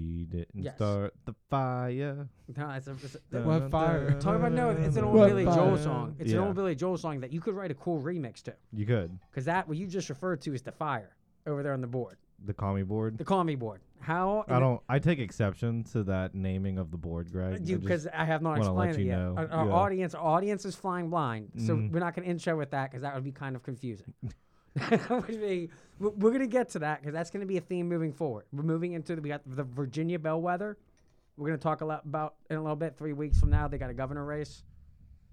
didn't Yes. start the fire. No, it's a, it's a, Dun, what? dun, fire? dun, Talk about no, it's an old What Billy Joel fire? song. It's yeah. an old Billy Joel song that you could write a cool remix to, You could because that what you just referred to is the fire over there on the board, the commie board. the call me board. How in I the- don't. I take exception to that naming of the board, Greg. I you just- because I have not wanna let explained it you yet. know. Our, our Yeah. audience, our audience is flying blind, so Mhm. we're not going to intro with that because that would be kind of confusing. Which mean- we- we're going to get to that because that's going to be a theme moving forward. We're moving into the, we got the Virginia bellwether. We're going to talk a lot about in a little bit. Three weeks from now, they got a governor race.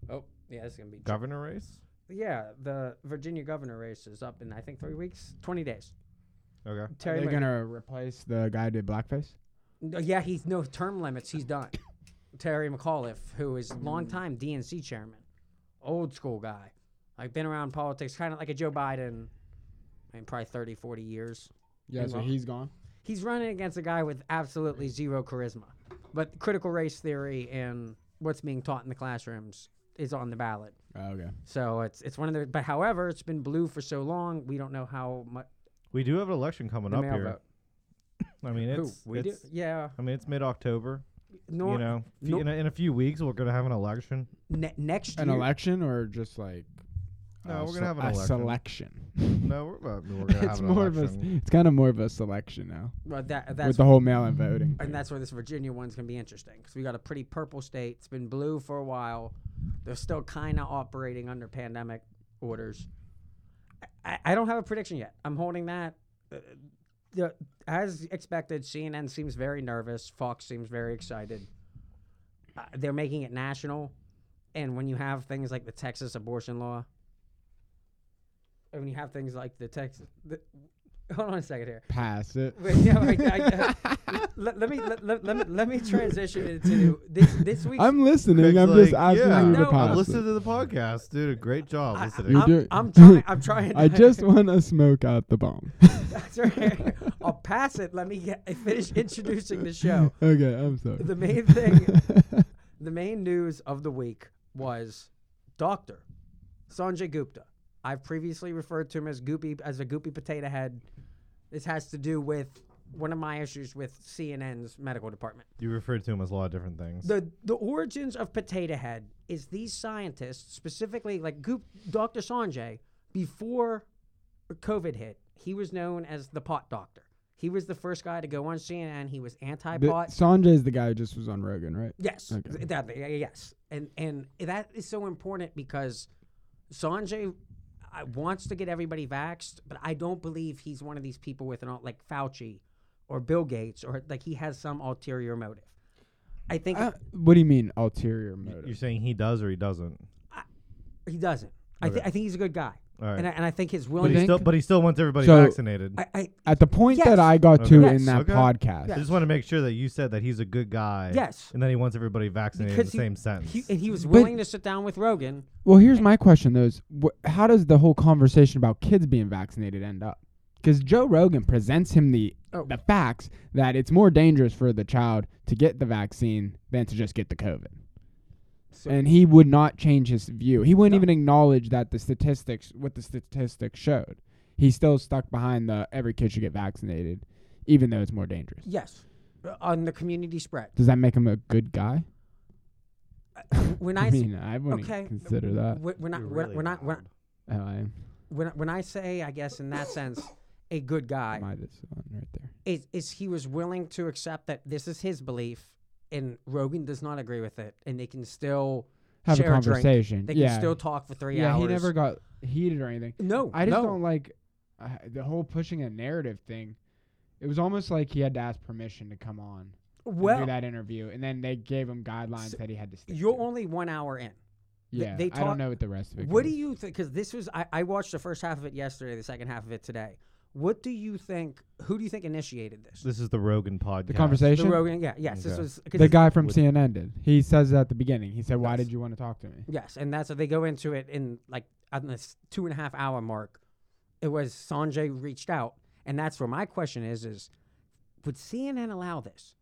Oh yeah, this is going to be governor race. yeah. The Virginia governor race is up in I think three weeks, twenty days. Okay. Are Terry, they Mc- gonna replace the guy who did blackface? No, Yeah, he's no term limits. He's done. Terry McAuliffe, who is Mm. longtime DNC chairman, old school guy, like been around politics, kind of like a Joe Biden, I mean, probably 30, 40 years. Yeah, so Meanwhile- he's gone. He's running against a guy with absolutely zero charisma. But critical race theory and what's being taught in the classrooms is on the ballot. Oh, okay. So it's it's one of the. But however, it's been blue for so long, we don't know how much We do have an election coming the up mail here. vote. I mean, Who it's, we do? it's- Yeah. I mean, it's mid-October. Nor, you know, Fe- nor- in, a, in a few weeks we're gonna have an election. ne- next An year. election or just like? No, a we're gonna have an a election. selection. No, we're, about, we're gonna have it's an more election. of a. It's kind of more of a selection now well, uh, that, with that's the whole mail-in voting. And that's where this Virginia one's going to be interesting because we got a pretty purple state. It's been blue for a while. They're still kind of operating under pandemic orders. I, I don't have a prediction yet. I'm holding that. Uh, the, as expected, CNN seems very nervous. Fox seems very excited. Uh, they're making it national. And when you have things like the Texas abortion law, and when you have things like the Texas. The, hold on a second here. Pass it. Wait, no, I, I, I, let, let me let, let, let me let me transition into this this week's. I'm listening. Craig's I'm just like, asking yeah, you I to know, I pass listened it. to the podcast, dude. a Great job I, listening. You're am doing- I'm trying. I'm trying. I just want to smoke out the bomb. That's right. I'll pass it. Let me get, finish introducing the show. okay, I'm sorry. The main thing, the main news of the week was Doctor Sanjay Gupta. I've previously referred to him as Goopy as a Goopy potato head. This has to do with one of my issues with CNN's medical department. you referred to him as a lot of different things. the the origins of potato head is these scientists specifically like Goop, Dr. Sanjay before COVID hit he was known as the pot doctor he was the first guy to go on CNN he was anti The- pot Sanjay is the guy who just was on Rogan, right? yes Okay. that, yeah, yes and and that is so important because Sanjay I, wants to get everybody vaxxed but I don't believe he's one of these people with an al- like Fauci or Bill Gates or like he has some ulterior motive I think Uh, what do you mean ulterior Y- motive? You're saying he does or he doesn't. He doesn't. I, th- I think he's a good guy, All right. and I, and I think his but he willingness. still, but he still wants everybody So- vaccinated. I, I At the point Yes. that I got Okay. to Yes. in that Okay. podcast, I just want to make sure that you said that he's a good guy. Yes. And then he wants everybody vaccinated in Because the he- same sentence. he, and he was willing to sit down with Rogan. well, here's my question: though, is wh- how does the whole conversation about kids being vaccinated end up? Because Joe Rogan presents him the Oh. the facts that it's more dangerous for the child to get the vaccine than to just get the COVID. So- and he would not change his view. He wouldn't even acknowledge that the statistics, what the statistics showed. He's still stuck behind the every kid should get vaccinated, even though it's more dangerous. Yes, uh, on the community spread. Does that make him a good guy? When I, I, s- mean, uh, I wouldn't okay, consider that. wh- when I You're when, really when I when, loud. Oh, I am. when I- when I say I guess in that sense, a good guy Am I this one right there? is is he was willing to accept that this is his belief, and Rogan does not agree with it, and they can still Have share a drink. conversation. They yeah. can still talk for three yeah, hours. he never got heated or anything. No, I just no. don't like uh, the whole pushing a narrative thing. It was almost like he had to ask permission to come on and Well, do that interview, and then they gave him guidelines So that he had to stick you're to. only one hour in. Th- Yeah, they I talk- don't know what the rest of it. What do goes. you think? Because this was I, I watched the first half of it yesterday, the second half of it today. What do you think? Who do you think initiated this? This is the Rogan podcast. The The conversation. Rogan, yeah, yes, this Okay. was 'cause the it's- guy from with- CNN did. He says it at the beginning. He said, "Why Yes. did you want to talk to me?" Yes, and that's what they go into it in like on this two and a half hour mark. It was Sanjay reached out, and that's where my question is: is would CNN allow this?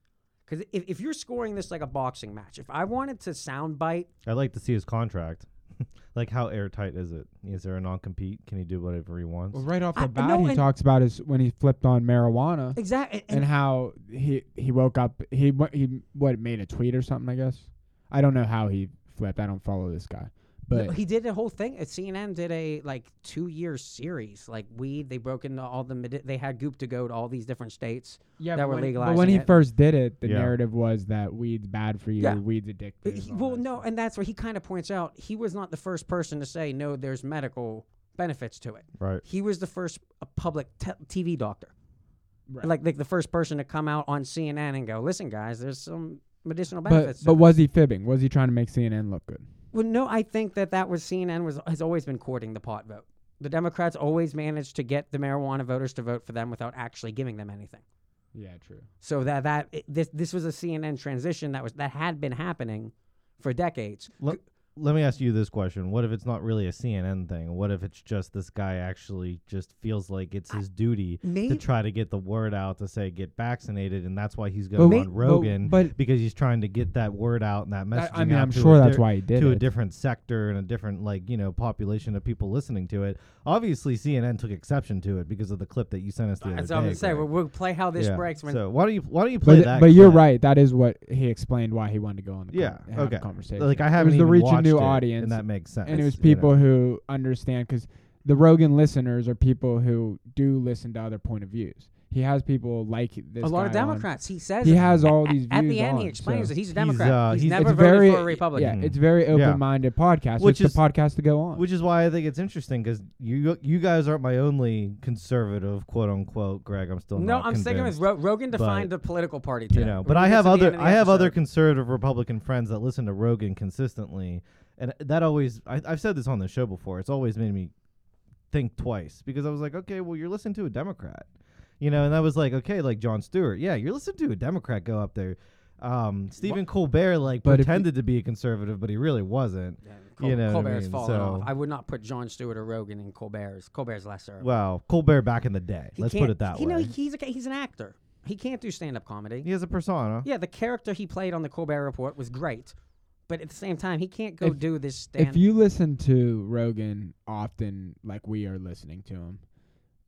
Because if, if you're scoring this like a boxing match, if I wanted to soundbite I'd like to see his contract. like, how airtight is it? Is there a non compete? Can he do whatever he wants? Well, right off I- the bat, no, he and- talks about his when he flipped on marijuana Exactly. and, how he he woke up. He wa- he what made a tweet or something. I guess I don't know how he flipped. I don't follow this guy, No, but he did a whole thing. uh, CNN did a like two year series, like weed. They broke into all the medi- they had Goop to go to all these different states. yeah, that but were when, but legalizing when he it. first did it, the Yeah. narrative was that weed's bad for you. Yeah. Weed's Uh, addictive. he- all well, that no, stuff. and that's where he kind of points out he was not the first person to say no. There's medical benefits to it. right. He was the first uh public te- TV doctor, Right. like like the first person to come out on CNN and go, listen, guys, there's some medicinal but benefits. to but this." was he fibbing? Was he trying to make CNN look good? Well, no, I think that that was CNN was has always been courting the pot vote. The Democrats always managed to get the marijuana voters to vote for them without actually giving them anything. Yeah, true. So that that it, this this was a CNN transition that was that had been happening for decades. Let, let me ask you this question. What if it's not really a CNN thing? What if it's just this guy actually just feels like it's his duty to Maybe try to get the word out to say get vaccinated, and that's why he's But going may- on Rogan but- because he's trying to get that word out and that I, message. I mean, I'm sure that's why he did to a it. different sector and a different like you know population of people listening to it. Obviously, CNN took exception to it because of the clip that you sent us the that's other what I'm day. gonna say. We'll, Greg. we'll play how this Yeah. breaks when So why don't you why don't you play But, that? but you're clip? right. That is what he explained why he wanted to go on the Yeah, con- have a okay. conversation. Like I It haven't was to even reach a watched new it, audience, and that makes sense. and it was you know? people who understand because the Rogan listeners are people who do listen to other point of views. He has people like this. a lot of guy on- Democrats. He says He it. has all these at views the end. on, he explains so that he's a He's, Democrat. He's, uh, he's- never it's voted very for a Republican. Mhm. Yeah, it's very Yeah. open-minded podcast. Which it's is- the podcast to go on. Which is why I think it's interesting because you you guys aren't my only conservative quote unquote Greg. I'm still No, not I'm sticking with convinced, Ro- Rogan but, defined the political party. you today. know. When But we I get have to the end other of the I have other episode- conservative Republican friends that listen to Rogan consistently, and that always I, I've said this on the show before. It's always made me think twice because I was like, okay, well you're listening to a Democrat, you know, and I was like, okay, like John Stewart, yeah, you're listening to a Democrat go up there. Um, Stephen Colbert like But if you- pretended to be a conservative, but he really wasn't. Yeah, Col- You know what I Colbert's mean? fallen So- off. I would not put John Stewart or Rogan in Colbert's. Colbert's lesser. Well, Colbert back in the day. He let's can't- put it that he, way. No, he's a, he's an actor. He can't do stand up comedy. he has a persona. Yeah, the character he played on the Colbert Report was great, but at the same time, he can't go If- do this stand. if you listen to Rogan often, like we are listening to him,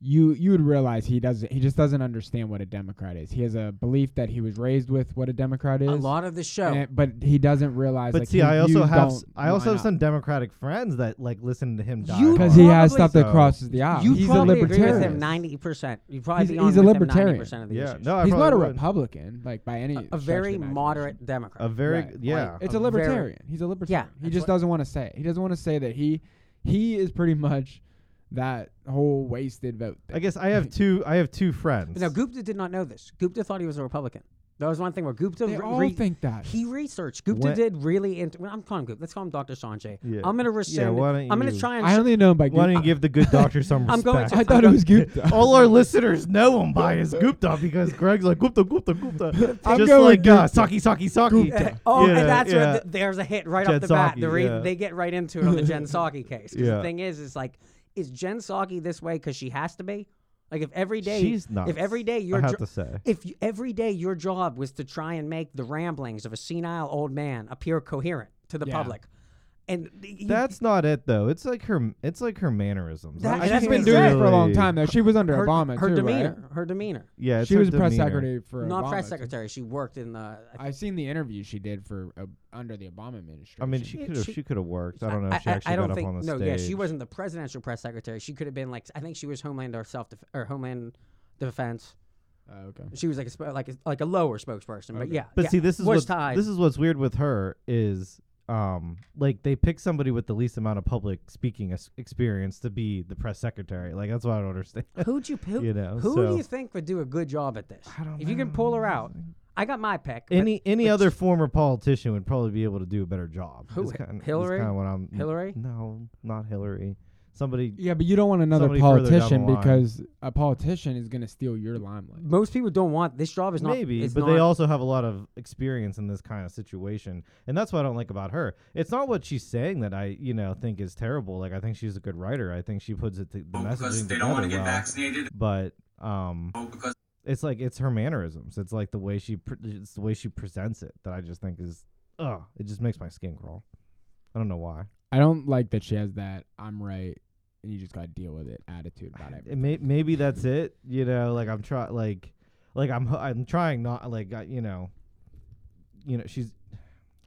you you would realize he doesn't. He just doesn't understand what a Democrat is. He has a belief that he was raised with what a Democrat is. a lot of the show. and- but he doesn't realize. But like, see, his I also views have don't s- I also line have up. some Democratic friends that like listen to him. die You hard. because he has Probably stuff that so. crosses the aisle. you he's a probably libertarian. agree with him ninety percent. You probably He's- be he's on a with libertarian. Him 90% of the Yeah, issues. no, I He's probably not a would. Republican, like by any. a stretch of very the imagination. moderate Democrat. A very Right. yeah. It's A a very- libertarian. He's a libertarian. he that's just what- doesn't want to say. It. He doesn't want to say that he he is pretty much that whole wasted vote. I guess I have two. I have two friends. now Gupta did not know this. Gupta thought he was a Republican. That was one thing where Gupta They re- all re- think that. He researched. Gupta When- did really. Int- well, I'm calling him Gupta. Let's call him Dr. Sanjay. Yeah. I'm going to rescind. why don't I'm going to you- try and. I only know him by Why don't you Gupta. give the good doctor some I'm respect? going I thought it was Gupta. All our listeners know him by his Gupta because Greg's like Gupta, Gupta, Gupta, I'm just going like uh, Gupta. Saki, Saki, Saki. Gupta. Oh, Yeah, and that's yeah. where th- there's a hit right Jen off the bat. Psaki, The re- yeah. They get right into it on the Jen Psaki case. 'Cause The Yeah. thing is, is like, is Jen Psaki this way because she has to be? Like, if every day, She's nuts. if every day your I have jo- to say. if you, every day your job was to try and make the ramblings of a senile old man appear coherent to the Yeah. public, and y- you- That's not it though. It's like her. It's like her mannerisms. That- I that's can't She's what been he doing this for a long really- time though. She was under her, Obama her too, demeanor, right? her demeanor. Yeah, it's She her was press demeanor. secretary for Not Obama, press too. secretary. She worked in the. I've seen the interview she did for uh, under the Obama administration. I mean, she She- could have. she- She, could have worked. I don't know if she actually I don't got think, up on the no, stage. yeah, she wasn't the presidential press secretary. She could have been like, I think she was Homeland or self def- or Homeland Defense. Oh, okay. She was like a sp- like a, like a lower spokesperson, but Okay. yeah. But yeah. see, this is was what's tied. this is what's weird with her is um like they pick somebody with the least amount of public speaking ex- experience to be the press secretary. Like that's what I don't understand. who'd you who, you know, who do so- you think would do a good job at this? I don't if you can know. pull her out, I got my pick. but Any any but other sh- former politician would probably be able to do a better job. Who, is Hi- kinda- is Hillary? kinda what I'm- Hillary? No, not Hillary. Somebody. Yeah, but you don't want another Somebody further down the politician line. because a politician is going to steal your limelight. Most people don't want this job. Is not Maybe, is but not, they also have a lot of experience in this kind of situation, and that's what I don't like about her. It's not what she's saying that I, you know, think is terrible. Like I think she's a good writer. I think she puts it to, the messaging because Oh, they together don't want to get well. vaccinated. but um Oh, because it's like it's her mannerisms it's like the way she pre- it's the way she presents it that i just think is oh it just makes my skin crawl i don't know why I don't like that she has that I'm right and you just gotta deal with it attitude about it everything. may, maybe that's it. You know, like I'm try like like I'm ho- I'm trying not like I, you know, you know she's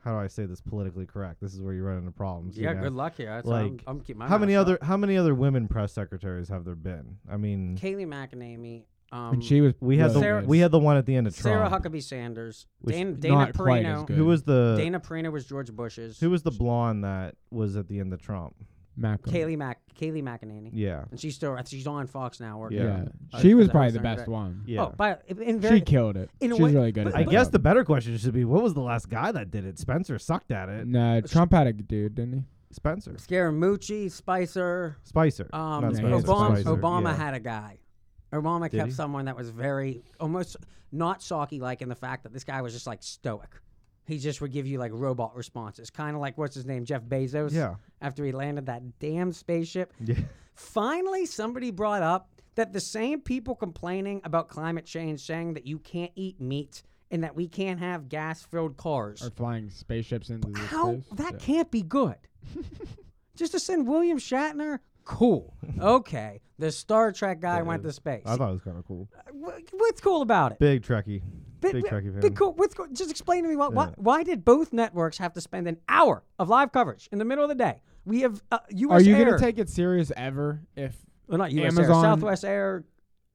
how do I say this politically correct? This is where you run into problems. you Yeah, know? good luck here. That's why I'm- Like, I'm, keeping my How many mouth other shut. how many other women press secretaries have there been? I mean, Kaylee McEnamey, um, and she was we had the Sarah- we had the one at the end of Sarah Trump. Huckabee Sanders, Which- Dana, not Dana quite as Perino. good. who was the Dana Perino was George Bush's. who was the blonde that was at the end of Trump? Malcolm. Kaylee Mac Kaylee McEnany, Yeah, and she's still she's on Fox now working. Yeah. Yeah. I She was- was I probably was the thinking best that. one. yeah. Oh, by in very She killed it. in a She's way- really good at but- I that guess job. the better question should be what was the last guy that did it? Spencer sucked at it. No, Trump had a dude, didn't he? Spencer Scaramucci, Spicer, Spicer. um, not Yeah, Spencer, he's Obama. Spicer, Obama yeah. had a guy. Obama Did kept he? someone that was very almost not Saki like in the fact that this guy was just like stoic. He just would give you like robot responses, kind of like what's his name, Jeff Bezos. Yeah. After he landed that damn spaceship, Yeah. Finally, somebody brought up that the same people complaining about climate change, saying that you can't eat meat and that we can't have gas filled cars. Or flying spaceships into the How? space. That Yeah. can't be good. Just to send William Shatner? Cool. Okay. The Star Trek guy went to space. I thought it was kind of cool. Wh- What's cool about it? Big Trekkie. But- Big but- Trekkie fan. but cool- what's cool- Just explain to me why, why, Yeah. why did both networks have to spend an hour of live coverage in the middle of the day? We have uh, U.S. Are you Air. gonna take it serious ever if well, not U.S. Amazon- Air, Southwest Air,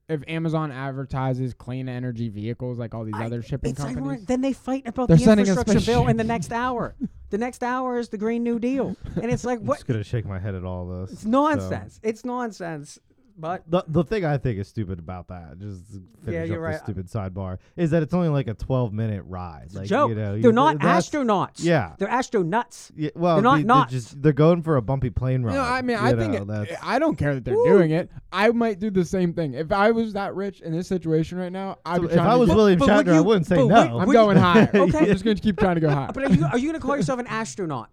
if Amazon advertises clean energy vehicles like all these I- other shipping it's ironic. companies? Then they fight about They're the sending us infrastructure bill spaceship. in the next hour. the next hour is the Green New Deal, and it's like I'm what? just gonna shake my head at all this. It's nonsense. It's nonsense. But The, the thing I think is stupid about that, just to finish you're up right. this stupid sidebar, is that it's only like a 12 minute ride. like joke. you know, you- they're not that's- astronauts. yeah. they're astronauts. Yeah, well, They're not they, nuts. They're, just, they're going for a bumpy plane ride. No, I mean, you I think know, it- that's I don't care that they're Woo. doing it. I might do the same thing if I was that rich in this situation right now. I'd So be if trying I to was get- William but would Shatner, I you- wouldn't say but would- no. I'm would going you- higher. Okay. I'm just going to keep trying to go higher. But are you are you going to call yourself an astronaut?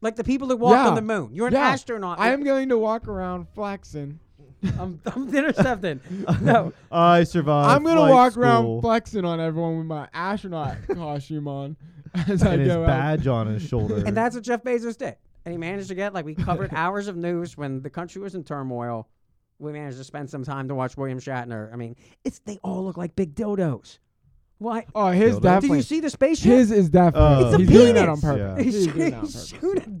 Like the people that walked Yeah. on the moon. You're an Yeah. astronaut. I am going to walk around flexing. I'm, I'm intercepted. no. I survived. I'm going to flight walk Uh, school around flexing on everyone with my astronaut costume on as I and his go out. badge on his shoulder. And that's what Jeff Bezos did. And he managed to get like we covered hours of news when the country was in turmoil. We managed to spend some time to watch William Shatner. I mean, it's they all look like big dildos. Why? Oh, his Dildo. Did you definitely. see the spaceship? His is definitely. Oh, It's a he's doing that on penis. purpose. Yeah. he He's shoot,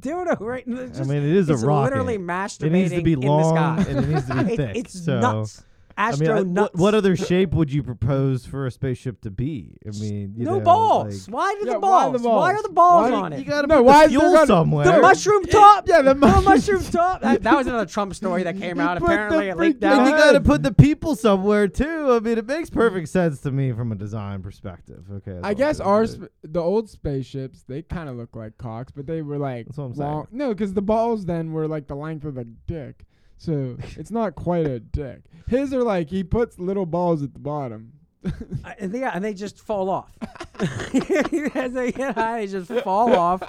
doing he shoot a dildo that on purpose. right. in the- Just, uh, I mean, it is a it's rocket. literally it needs to masturbating be in the long sky. and it needs to be It- thick. it's so. nuts. I mean, Astro I- nuts. what, what other shape would you propose for a spaceship to be? I mean, you no know, balls. like- why, did Yeah, the balls? why the Why balls? are the balls Why- on you it? gotta No, put why the is there fuel gonna- somewhere. the mushroom top. Yeah, the the mushroom- mushroom top. That, that was another Trump story that came out. put the Apparently, it leaked freaking- And you out. Yeah. gotta put the people somewhere too. I mean, it makes perfect sense to me from a design perspective. Okay, that's all I I'm guess gonna our say. sp- the old spaceships they kind of look like cocks, but they were like That's what I'm long. No, because the balls then were like the length of a dick, so it's not quite a dick. His are like he puts little balls at the bottom. Uh, and they- yeah, and they just fall off. As they get high, they just fall off,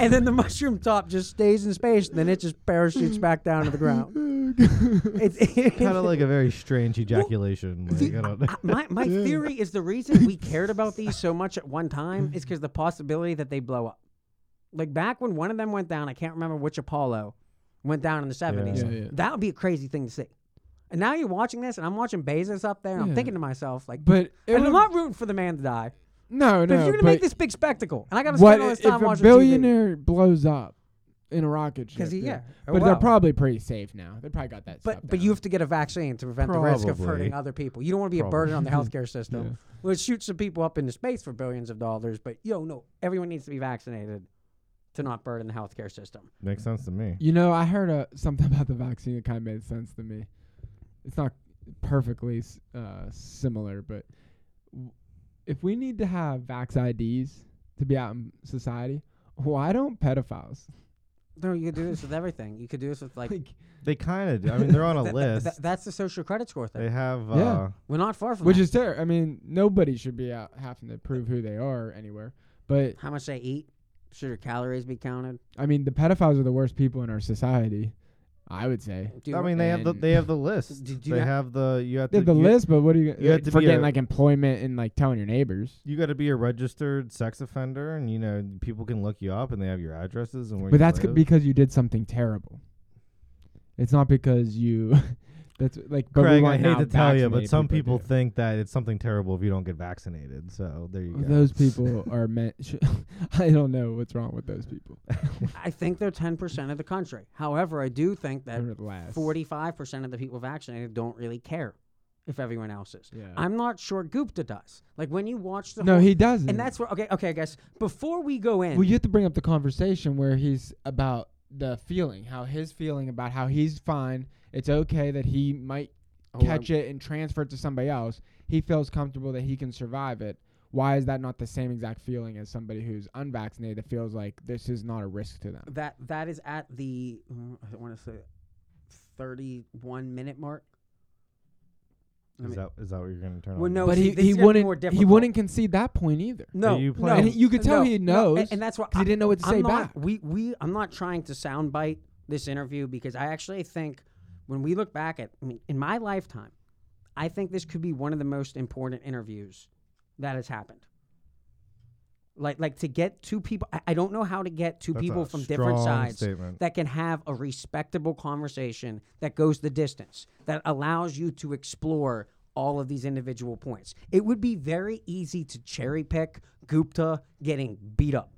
and then the mushroom top just stays in space, and then it just parachutes back down to the ground. It's kind of like a very strange ejaculation. like, I don't know. my my theory is the reason we cared about these so much at one time Mm-hmm. is because the possibility that they blow up. Like back when one of them went down, I can't remember which Apollo went down in the seventies. Yeah, yeah. That would be a crazy thing to see. And now you're watching this, and I'm watching Bezos up there, and I'm Yeah. thinking to myself, like, But it and would- I'm not rooting for the man to die. no, But no. if you're gonna but make this big spectacle, and I gotta what spend all this if time a watching billionaire blows up in a rocket ship? because yeah, oh, but they're wow. probably pretty safe now. They probably got that. stuff But but down. you have to get a vaccine to prevent the risk of hurting Probably. other people. You don't want to be a burden on the healthcare system. Well, it shoots some people up into space for billions of dollars. But yo, no, everyone needs to be vaccinated to not burden the healthcare system. Makes sense to me. You know, I heard uh, something about the vaccine that kind of made sense to me. It's not perfectly s- uh, similar, but w- if we need to have vax IDs to be out in society, why don't pedophiles? No, you could do this with everything. You could do this with like. Like, They kind of. do. I mean, they're on a Th- th- list. th- that's the social credit score they thing. have. Uh, Yeah. We're not far from which that. is terrible. I mean, nobody should be out having to prove who they are anywhere. But how much they eat. Should their calories be counted? I mean, the pedophiles are the worst people in our society, I would say. Do you I wa- mean, they have the and- they have the list. Did you they not- have the you have They to, have the you, list, but what do you, you had to uh, be for getting a- like employment and like telling your neighbors? You got to be a registered sex offender, and you know people can look you up, and they have your addresses and where. But you that's c- live. because you did something terrible. It's not because you. that's like. But we Craig, I want hate now to tell you, but vaccinated some people do. think that it's something terrible if you don't get vaccinated. So there you Well, go. Those people are meant. Sh- I don't know what's wrong with those people. I think they're ten percent of the country. However, I do think that They're last. forty-five percent of the people vaccinated don't really care if everyone else is. Yeah. I'm not sure Gupta does. Like when you watch the no, whole, he doesn't. and that's where okay, okay. I guess before we go in, Well, you have to bring up the conversation where he's about the feeling, how his feeling about how he's fine. It's okay that he might Oh, catch it and transfer it to somebody else. He feels comfortable that he can survive it. Why is that not the same exact feeling as somebody who's unvaccinated that feels like this is not a risk to them? that that is at the mm, I want to say thirty-one minute mark. Let is me- that is that what you're going to turn Well, on? no, me? But see, he, this he is gonna be wouldn't more he difficult. wouldn't concede that point either. No, you no, playing- And he- you could tell he no, a- knows and, that's what 'cause he didn't know what to I'm say not, back. We we I'm not trying to soundbite this interview because I actually think when we look back at I mean, in my lifetime, I think this could be one of the most important interviews that has happened. Like like to get two people I, I don't know how to get two That's people a from different strong sides statement. that can have a respectable conversation that goes the distance, that allows you to explore all of these individual points. It would be very easy to cherry pick Gupta getting beat up.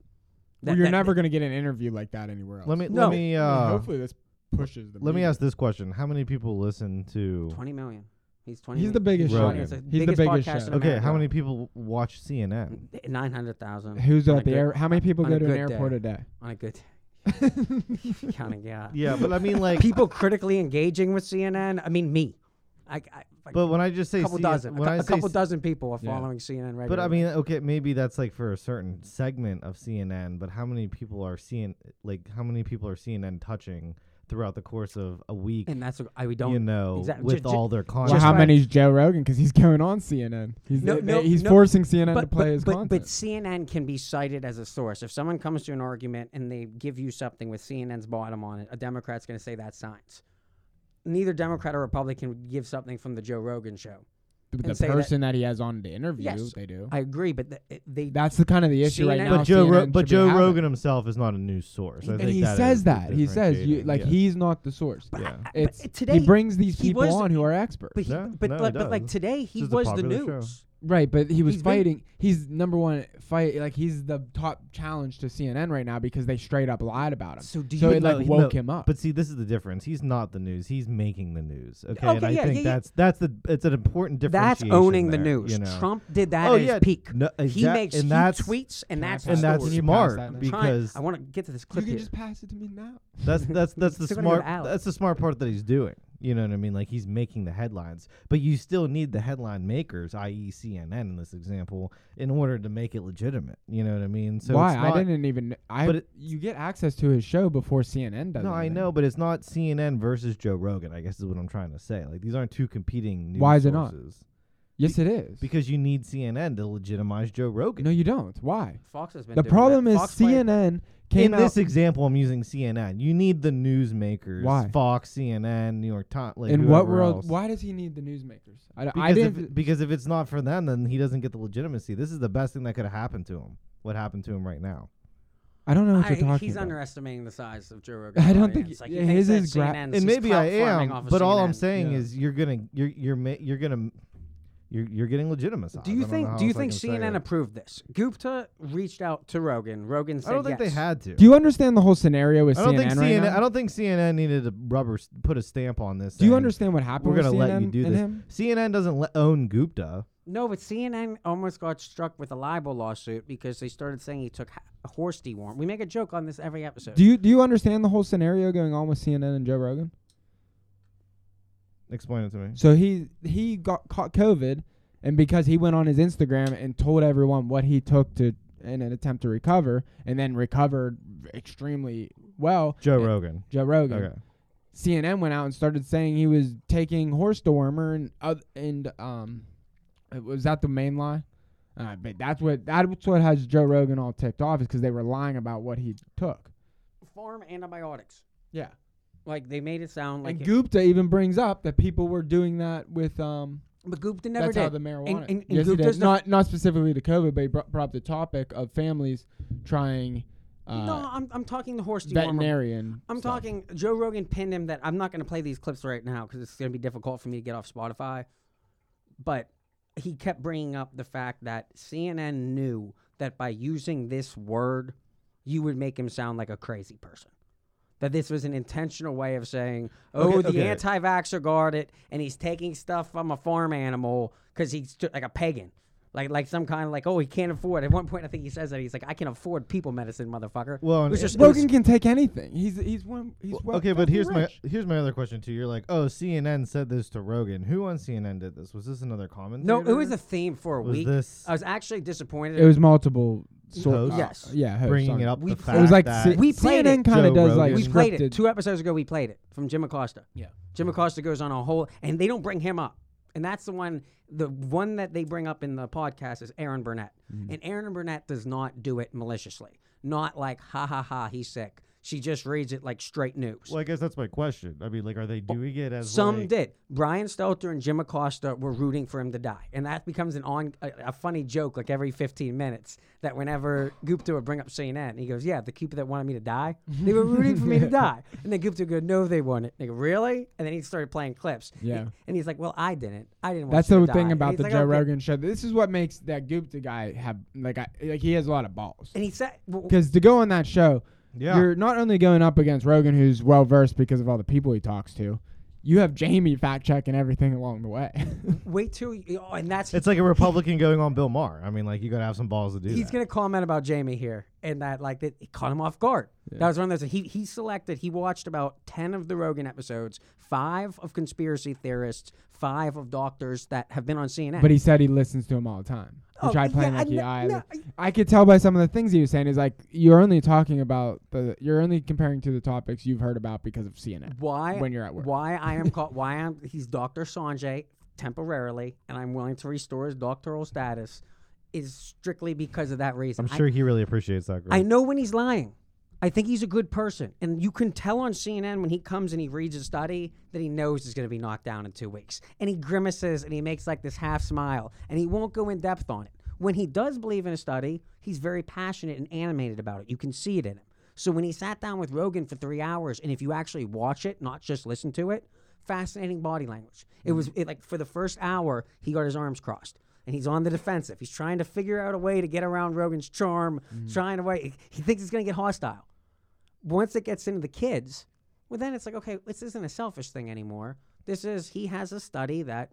Well, you're never going to get an interview like that anywhere else. Let me No. let me I mean, uh, hopefully this pushes the let me media. ask this question: How many people listen to? 20 million. He's 20 He's the million. biggest Rogan. show. Rogan. He's It's the the biggest biggest, podcast show. in Okay, how America. many people watch CNN? 900,000. Who's on a at the good- air? How many people on go a to an good airport day. a day? On a good counting, yeah. Yeah, but I mean, like, People critically engaging with CNN. I mean, me. I, I, like but when I just say a couple CNN dozen. A, when cou- I a say couple dozen people are Yeah. following CNN regularly. But I mean, okay, maybe that's like for a certain segment of CNN. But how many people are CNN? Like, how many people are CNN touching throughout the course of a week? and that's what I we don't you know, exact- ju- with ju- all their Well, content. Just how by- many's Joe Rogan? Because he's going on CNN. He's No, they- no, he's no. forcing CNN to but, play but, his but, content. but CNN can be cited as a source. If someone comes to an argument and they give you something with CNN's bottom on it, a Democrat's going to say that's science. Neither Democrat or Republican would give something from the Joe Rogan show. Th- and the say that- person that, he has on the interview, Yes. they do. I agree, but th- it- they That's the kind of the issue right CNN now. but Joe, CNN Ro- but should be Joe having. Rogan himself is not a news source. I and think he that says is the that he says you differentiating, like yeah. he's not the source. but I- Yeah. I- but It's today he brings these he people was- on who are experts. But, he, No, but, no, he like, but like does. today he Just a was the news. popular right, but he was He's been- fighting. he's number one fight. Like he's the top challenge to CNN right now because they straight up lied about him. So do So you it No, like he- woke no, him up. But see, this is the difference. He's not the news. He's making the news. Okay, and Okay, I yeah, think yeah, yeah. that's that's the it's an important difference. That's owning the news. You know? Trump did that Oh, at yeah, his peak. no, he exact- makes and he that's- tweets and Can I that's pass and his that? that's story. Can you pass that smart now? I'm trying- because I want to get to this you clip can here. just pass it to me now. That's that's that's the Still gotta go to smart Alex. that's the smart part that he's doing. You know what I mean? Like he's making the headlines, but you still need the headline makers, e i.e., CNN in this example, in order to make it legitimate. You know what I mean? So Why? It's not, I didn't even. kn- I but it- you get access to his show before CNN does. No, I anything. know, but it's not CNN versus Joe Rogan. I guess is what I'm trying to say. Like these aren't two competing news Why is it not? sources. Yes, it is. Because you need CNN to legitimize Joe Rogan. no, you don't. Why? Fox has been The doing problem that. is Fox played- CNN in came out. this example, I'm using CNN. You need the newsmakers. Why? Fox, CNN, New York Times. Like in what whoever world? else. Why does he need the newsmakers? I, d- Because I didn't. if, because if it's not for them, then he doesn't get the legitimacy. This is the best thing that could have happened to him. What happened to him right now? I don't know what I- you're talking he's about. underestimating the size of Joe Rogan. I don't think- like, he yeah, thinks his that is gra- CNN's and just maybe I clout farming am, off of but all CNN. I'm saying Yeah. is you're gonna you're you're ma- you're gonna you're you're getting legitimized. Do I you don't know think how Do you else I think can say CNN it. approved this? Gupta reached out to Rogan. Rogan said I don't think yes. they had to. Do you understand the whole scenario with I don't CNN think right CNN. now? I don't think CNN needed to rubber s- put a stamp on this. Do you saying, understand what happened? We're with gonna let CNN you do and this. Him? CNN doesn't le- own Gupta. No, but CNN almost got struck with a libel lawsuit because they started saying he took ha- a horse deworm. We make a joke on this every episode. Do you do you understand the whole scenario going on with CNN and Joe Rogan? Explain it to me. So he he got caught COVID, and because he went on his Instagram and told everyone what he took to in an attempt to recover, and then recovered extremely well. Joe eh, Rogan. Joe Rogan. Okay. CNN went out and started saying he was taking horse dewormer and oth- and um, uh, was that the main lie? Uh, but that's what that's what has Joe Rogan all ticked off is because they were lying about what he took. farm antibiotics? Yeah. Like they made it sound like and it- Gupta even brings up that people were doing that with um. but Gupta never that's did. how the marijuana. and- and yes, he Gupta's did. the- Not not specifically to COVID, but he brought, brought up the topic of families trying uh, no, I'm I'm talking the horse dewormer. veterinarian. I'm stuff. talking Joe Rogan pinned him that I'm not going to play these clips right now because it's going to be difficult for me to get off Spotify. But he kept bringing up the fact that CNN knew that by using this word, you would make him sound like a crazy person. That this was an intentional way of saying, oh, Okay, the okay. anti vaxxer guard it, and he's taking stuff from a farm animal because he's t- like a pagan. Like, like some kind of like, oh, he can't afford. At one point, I think he says that he's like, I can afford people medicine, motherfucker. Well, it was and- just, it was- Rogan can take anything. He's he's one. He's Well, well, okay, but fucking here's rich. my here's my other question too. You're like, oh, CNN said this to Rogan. Who on CNN did this? Was this another comment? No, it was a theme for a Was week. this- I was actually disappointed. It was multiple. Sort, Host? Yes. yeah. Host, bringing sorry. it up. We the played- fact It was like that si- We played CNN it. kind Joe of does like Rogan. we played it scripted- two episodes ago. We played it from Jim Acosta. Yeah. Jim Acosta goes on a whole, and they don't bring him up. And that's the one, the one that they bring up in the podcast is Aaron Burnett. Mm-hmm. And Aaron Burnett does not do it maliciously. Not like ha ha ha, he's sick. She just reads it like straight news. Well, I guess that's my question. I mean, like, are they doing it as Oh, Some like, did. Brian Stelter and Jim Acosta were rooting for him to die, and that becomes an on a, a funny joke like every 15 minutes that whenever Gupta would bring up CNN, he goes, "Yeah, the Cupid that wanted me to die, they were rooting for me to die," and then Gupta would go, "No, they weren't." They go, "Really?" And then he started playing clips. Yeah. He- and he's like, "Well, I didn't. I didn't." Want That's you the to thing die." about And the he's Joe like, "Okay." Rogan show. This is what makes that Gupta guy have like I, like he has a lot of balls. And he said, well, Because to go on that show, Yeah. you're not only going up against Rogan, who's well versed because of all the people he talks to. You have Jamie fact checking everything along the way. "Wait till," oh, and that's It's like a Republican going on Bill Maher. I mean, like, you got to have some balls to do he's that. gonna comment about Jamie here and that like that it caught him off guard. That was one of those he he selected he watched about ten of the Rogan episodes, five of conspiracy theorists, five of doctors that have been on CNN. but he said he listens to him all the time. He Oh, tried playing yeah, like he no- I, no, I could tell by some of the things he was saying. Is like you're only talking about the you're only comparing to the topics you've heard about because of CNN. why when you're at work. Why I am caught why I'm he's Dr. Sanjay temporarily and I'm willing to restore his doctoral status is strictly because of that reason. I'm I- sure he really appreciates that. Group. I know when he's lying. I think he's a good person. And you can tell on CNN when he comes and he reads a study that he knows is going to be knocked down in two weeks. And he grimaces and he makes like this half smile and he won't go in depth on it. When he does believe in a study, he's very passionate and animated about it. You can see it in him. So when he sat down with Rogan for three hours, and if you actually watch it, not just listen to it, fascinating body language. It was it, like for the first hour, he got his arms crossed and he's on the defensive. He's trying to figure out a way to get around Rogan's charm, trying to way. He thinks it's going to get hostile. Once it gets into the kids, well, then it's like, okay, this isn't a selfish thing anymore. This is, he has a study that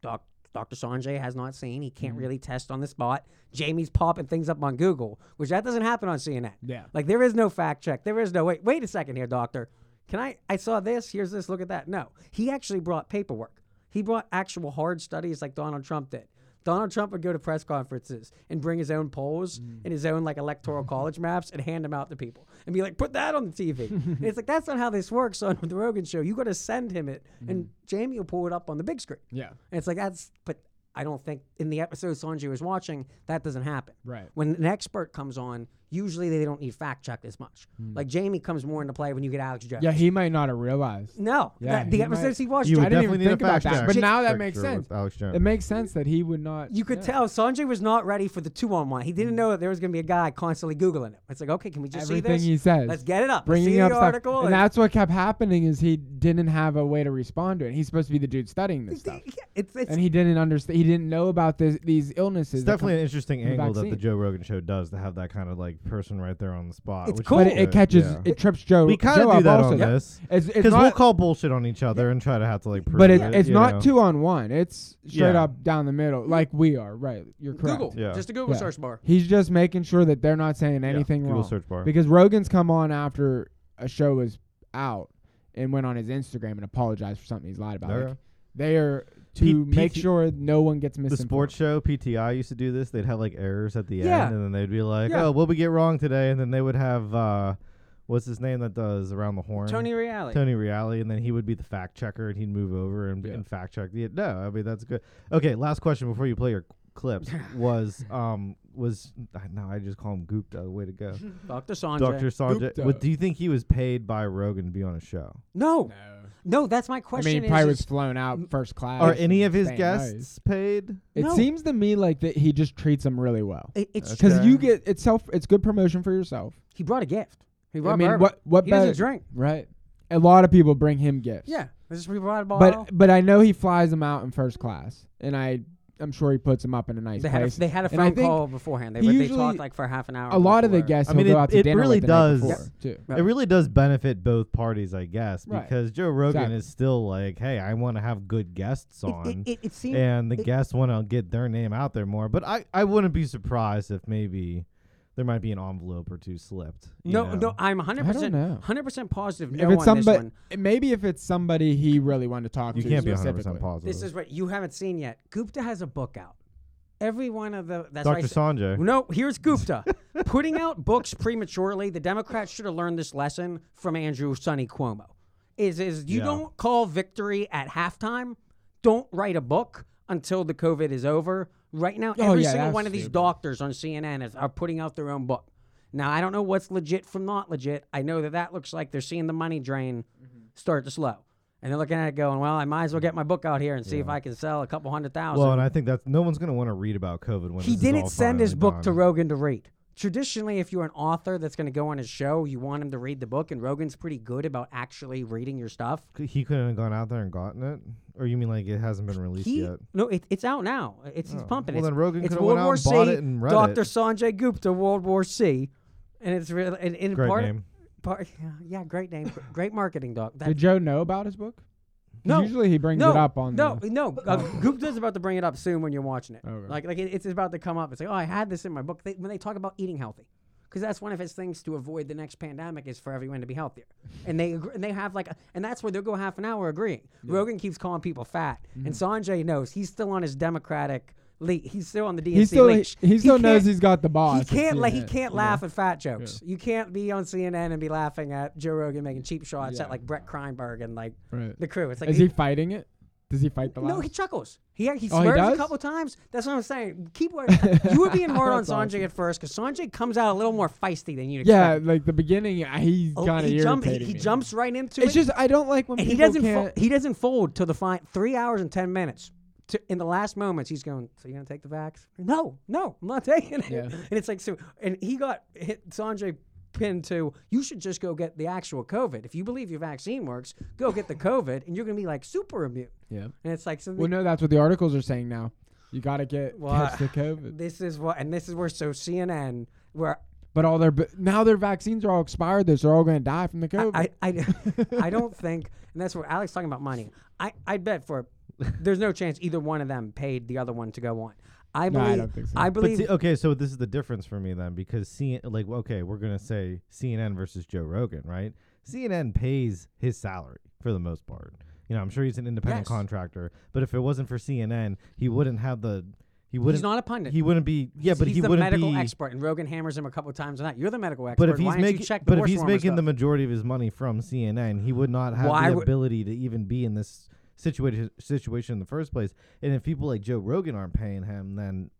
doc, Dr. Sanjay has not seen. He can't really test on the spot. Jamie's popping things up on Google, which that doesn't happen on CNN. Yeah. Like there is no fact check. There is no wait. Wait a second here, doctor. Can I? I saw this. Here's this. Look at that. No, he actually brought paperwork. He brought actual hard studies like Donald Trump did. Donald Trump would go to press conferences and bring his own polls and his own like electoral college maps and hand them out to people and be like, put that on the TV. and it's like that's not how this works on the Rogan show. You got to send him it, and Jamie will pull it up on the big screen. Yeah. And it's like that's but I don't think in the episode Sanjay was watching, that doesn't happen. Right. When an expert comes on, usually they don't need fact checked as much. Like Jamie comes more into play when you get Alex Jones. Hmm. Yeah, he might not have realized. no. Yeah, that- the he episodes might- he watched, You I would didn't definitely need even a think about fact that. check. But now that Check makes sure with sense. Alex Jones. It makes sense that he would not. you could tell Sanjay was not ready for the two on one. He didn't Hmm. know that there was gonna be a guy constantly Googling him. It's like, okay, can we just everything see he this? says. Let's get it up. Let's bringing see up the stuff. article. and that's what kept happening is he didn't have a way to respond to it. He's supposed to be the dude studying this stuff, it's, it's, and he didn't understand. He didn't know about this, these illnesses. It's that come- definitely an interesting the angle that the vaccine. Joe Rogan show does to have that kind of like person right there on the spot. It's which is cool. but it, it good, catches, yeah. it trips Joe. we kind of do that also. on this It's, it's because not, we'll call bullshit on each other and try to have to like prove but it. it, it's you not know? two on one. It's straight Yeah. up down the middle, like we are. Right, you're correct. Google. Yeah. Just a Google Yeah. search bar. He's just making sure that they're not saying Yeah, anything Google wrong. search bar. Because Rogan's come on after a show was out and went on his Instagram and apologized for something he's lied about. Okay. Like, they are P- to make PT sure no one gets The misinformed. sports show PTI used to do this. They'd have like errors at the Yeah. end, and then they'd be like, Yeah. "Oh, what we get wrong today," and then they would have uh, what's his name that does around the horn, Tony Reale. Tony Reale, and then he would be the fact checker, and he'd move over and, Yeah. and fact check the. No, I mean that's good. Okay, last question before you play your clips was um was now I just call him Gupta. Way to go, Dr. Sanjay. Doctor Sanjay. Gupta. What, do you think he was paid by Rogan to be on a show? No, no, that's my I question. mean, he is- probably was is- flown out first class. Are any and of his staying nice. guests paid? It No. seems to me like that he just treats them really well. it- it's Okay. Because you Okay. get it's self, it's good promotion for yourself. he brought a gift. He brought I mean, bourbon. what what he better? doesn't drink. Right. A lot of people bring him gifts. Yeah, this is we brought a bottle. But but I know he flies them out in first class, and I I'm sure he puts them up in a nice they had a, place. they had a And I phone think call beforehand. They, he but they usually- talked like for half an hour. a lot of the before. guests. I mean, he'll go it- out to it dinner really with the night does. before, too. Yeah. It really does benefit both parties, I guess, Right. because Joe Rogan Exactly. is still like, hey, I want to have good guests on. It, it, it, it seemed and the it- guests want to get their name out there more. But I, I wouldn't be surprised if maybe there might be an envelope or two slipped. you no, know? no. I'm 100 percent, know. 100 percent positive. If No it's on this somebody, one. maybe if it's somebody he really wanted to talk you to. can't be 100 specifically. percent positive. This is what you haven't seen yet. Gupta has a book out. Every one of the that's why I Dr. said- Sanjay. No, here's Gupta. Putting out books prematurely, the Democrats should have learned this lesson from Andrew Sonny Cuomo. Is is you Yeah. don't call victory at halftime. Don't write a book until the COVID is over. Right now, Oh, every yeah, single that's one of these stupid. doctors on CNN is, are putting out their own book. Now, I don't know what's legit from not legit. I know that that looks like they're seeing the money drain Mm-hmm. start to slow. And they're looking at it going, well, I might as well get my book out here and see if I can sell a couple hundred thousand. Well, and I think that's no one's going to want to read about COVID when He Oh, this is all didn't send his finally book to done. Rogan to read. Traditionally, if you're an author that's going to go on his show, you want him to read the book, and Rogan's pretty good about actually reading your stuff. C- He couldn't have gone out there and gotten it, or you mean like it hasn't been released He, yet? no, it, it's out now. It's he's Oh. pumping. Well, it's, then Rogan it's coulda World went out War and C. bought it and read Dr. it. Sanjay Gupta, World War C, and it's really and, and Great part, name. part- yeah, yeah, great name, gr- great marketing, doc. That- Did Joe know about his book? 'Cause No. Usually he brings no, it up on no, the- no. Uh, Gupta's about to bring it up soon when you're watching it. Okay. Like, like it, it's about to come up. It's like, oh, I had this in my book. They, when they talk about eating healthy, because that's one of his things to avoid the next pandemic is for everyone to be healthier. And they agree, and they have like, a, and that's where they'll go half an hour agreeing. Rogan keeps calling people fat, and Mm-hmm. Sanjay knows he's still on his Democratic. Le- he's still on the DNC He still he, leash. he still can't- knows he's got the boss. he at can't like he CNN, can't you know? laugh at fat jokes. You can't be on CNN and be laughing at Joe Rogan making cheap shots Yeah. at like Brett Kreinberg and like Right. the crew. It's like Is he fighting it? Does he fight the no, laugh? he chuckles. He he Oh, he swears a does? couple times. That's what I'm saying. Keep you were being hard on That's Sanjay at first because Sanjay comes out a little more feisty than you. yeah, like the beginning, uh, he's oh, kind of he, irritating. jump, he, he me. jumps right into It's it. just I don't like when and people he doesn't fo- can't. he doesn't fold till the fine three hours and ten minutes. To, in the last moments, he's going. So you gonna take the vax? No, no, I'm not taking it. Yeah. And it's like so. And he got hit Sanjay pinned to. You should just go get the actual COVID. If you believe your vaccine works, go get the COVID, and you're gonna be like super immune. yeah. And it's like so. the- Well, no, that's what the articles are saying now. You got to get Well, catch the I- COVID. This is what, and this is where so CNN, where But all their but now their vaccines are all expired. They're all going to die from the Oh, COVID. I, I, I don't think, and that's what Alex talking about money. I, I bet for, there's no chance either one of them paid the other one to go on. I No, I believe, don't think so. I But believe, see, uh, okay, so this is the difference for me then, because C like okay, we're gonna say CNN versus Joe Rogan, right? CNN pays his salary for the most part. You know, I'm sure he's an independent Yes. Mm-hmm. contractor, but if it wasn't for CNN, he wouldn't have the he wouldn't he's not a pundit. he wouldn't be yeah, but he's he the wouldn't medical be expert, and Rogan hammers him a couple times on that. You're the medical expert. but if why he's don't you making check the but if horse he's warmer making the stuff? majority of his money from CNN, he would not have Why the would- ability to even be in this situation situation in the first place. And if people like Joe Rogan aren't paying him, then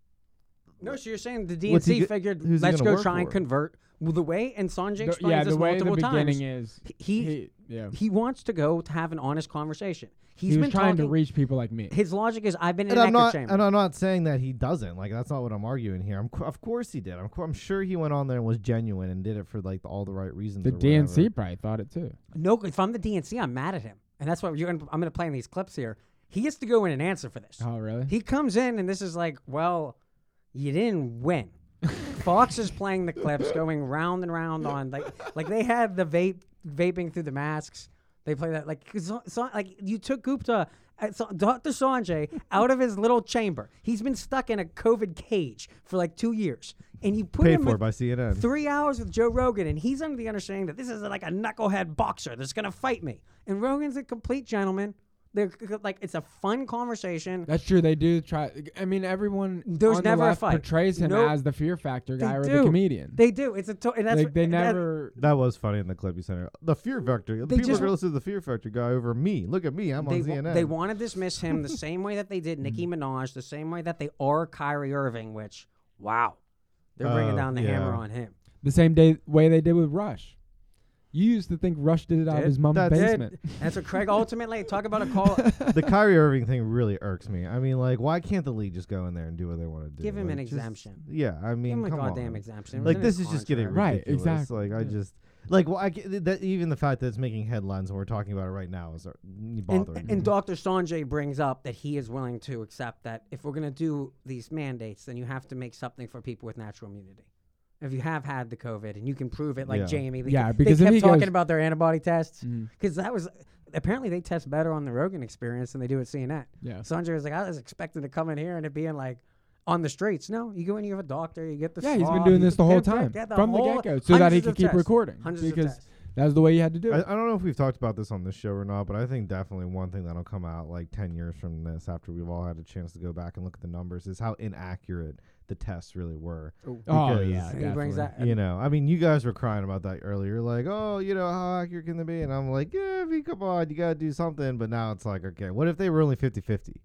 no, so you're saying the What's he DNC go- figured who's he let's gonna go work try and for? convert well, the way, and Sanjay The- explains yeah, this the way the multiple times. beginning is he, he yeah he wants to go to have an honest conversation. he He's was been trying to talking- reach people like me. His logic is, I've been in and an I'm echo not, chamber. and I'm not saying that he doesn't. Like that's not what I'm arguing here. I'm, co- of course he did. I'm, co- I'm sure he went on there and was genuine and did it for like all the right reasons. The or whatever. DNC probably thought it too. No, if I'm the DNC, I'm mad at him, and that's why you're gonna, I'm going to play in these clips here. He has to go in and answer for this. Oh really? He comes in, and this is like, well, you didn't win. Fox is playing the clips, going round and round on like, like they had the vape vaping through the masks. They play that like, 'cause so, so- like you took Gupta, uh, so, Dr. Sanjay, out of his little chamber. He's been stuck in a COVID cage for like two years, and you put paid him for in- by CNN. three hours with Joe Rogan, and he's under the understanding that this is like a knucklehead boxer that's gonna fight me. And Rogan's a complete gentleman. They're c- c- like, it's a fun conversation. That's true. They do try. I mean, everyone There's on the never a left fight. portrays him No- as the fear factor They guy or do. the comedian. They do. It's a to- and that's like they that- never. That was funny in the clip you sent. The Fear Factor. The They people are just- gonna listen to the Fear Factor guy over me. Look at me. I'm They, on wa- CNN. they want to dismiss him Mm-hmm. the same way that they did Nicki Minaj, the same way that they are Kyrie Irving, which, wow. They're bringing Oh, down the hammer yeah. on him. The same day way they did with Rush. You used to think Rush did it out of Did- his mom's that's- did- basement. That's what Craig ultimately talk about a call. the Kyrie Irving thing really irks me. I mean, like, why can't the league just go in there and do what they want to do? Give him an Like, just- exemption. Yeah, I mean, Give him a come goddamn on. exemption. It was Like in his this is just getting contract. Right, ridiculous. exactly. Like I Yeah. just like well, I g- that even the fact that it's making headlines and we're talking about it right now is uh, bothering. And, me. and Dr. Sanjay brings up that he is willing to accept that if we're going to do these mandates, then you have to make something for people with natural immunity. If you have had the COVID and you can prove it, like Yeah. Jamie, they, Yeah, they because if kept he talking goes- about their antibody tests Mm, because that was apparently they test better on the Rogan Experience than they do at CNN. yeah. Sanjay was like, I was expecting to come in here and it being like on the streets. No, you go in, you have a doctor, you get the Yeah, he's been swab, doing you this get the whole pip- time get from the whole- get go, so that he hundreds could of keep tests, recording Hundreds of because tests. that's the way you had to do I, it. I don't know if we've talked about this on this show or not, but I think definitely one thing that'll come out like 10 years from this after we've all had a chance to go back and look at the numbers is how inaccurate the tests really were. Oh because- yeah, He He brings definitely. that. You know, I mean, you guys were crying about that earlier, like, oh, you know, how accurate can they be? And I'm like, yeah, I mean, come on, you got to do something. But now it's like, okay, what if they were only 50 50?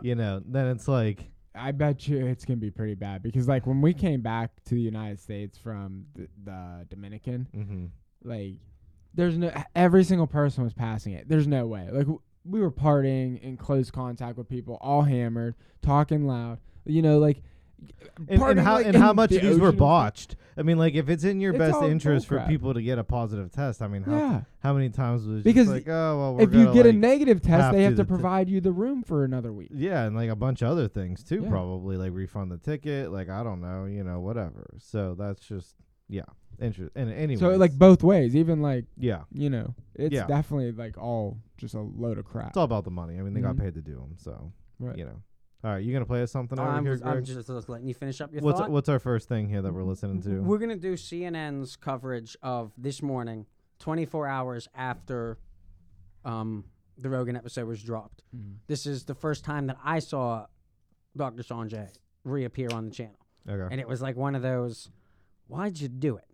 You know, then it's like, I bet you it's gonna be pretty bad because like when we came back to the United States from the, the Dominican, mhm. like there's no every single person was passing it. There's no way. Like w- we were partying in close contact with people, all hammered, talking loud. You know, like and, partying, and how, like, and how much the of these were ocean. botched. I mean, like, if it's in your It's best all interest for bullcrap. people to get a positive test, I mean, how, Yeah. how many times was it Because just like, oh, well, we're If you gonna, get a like, negative test, have they to have the to t- provide you the room for another week. Yeah, and like a bunch of other things too, Yeah. probably like refund the ticket, like I don't know, you know, whatever. So that's just yeah, interest. And anyway, So like both ways, even like yeah, you know, it's Yeah. definitely like all just a load of crap. it's all about the money. I mean, they Mhm. got paid to do them, so Right. you know. All right, you gonna play us something over I'm, here, just, I'm Greg? just just letting you finish up your What's thought. what's our first thing here that we're listening to? We're gonna do CNN's coverage of this morning, 24 hours after um, the Rogan episode was dropped. Mhm. This is the first time that I saw Dr. Sanjay reappear on the channel, okay, and it was like one of those, "Why'd you do it?"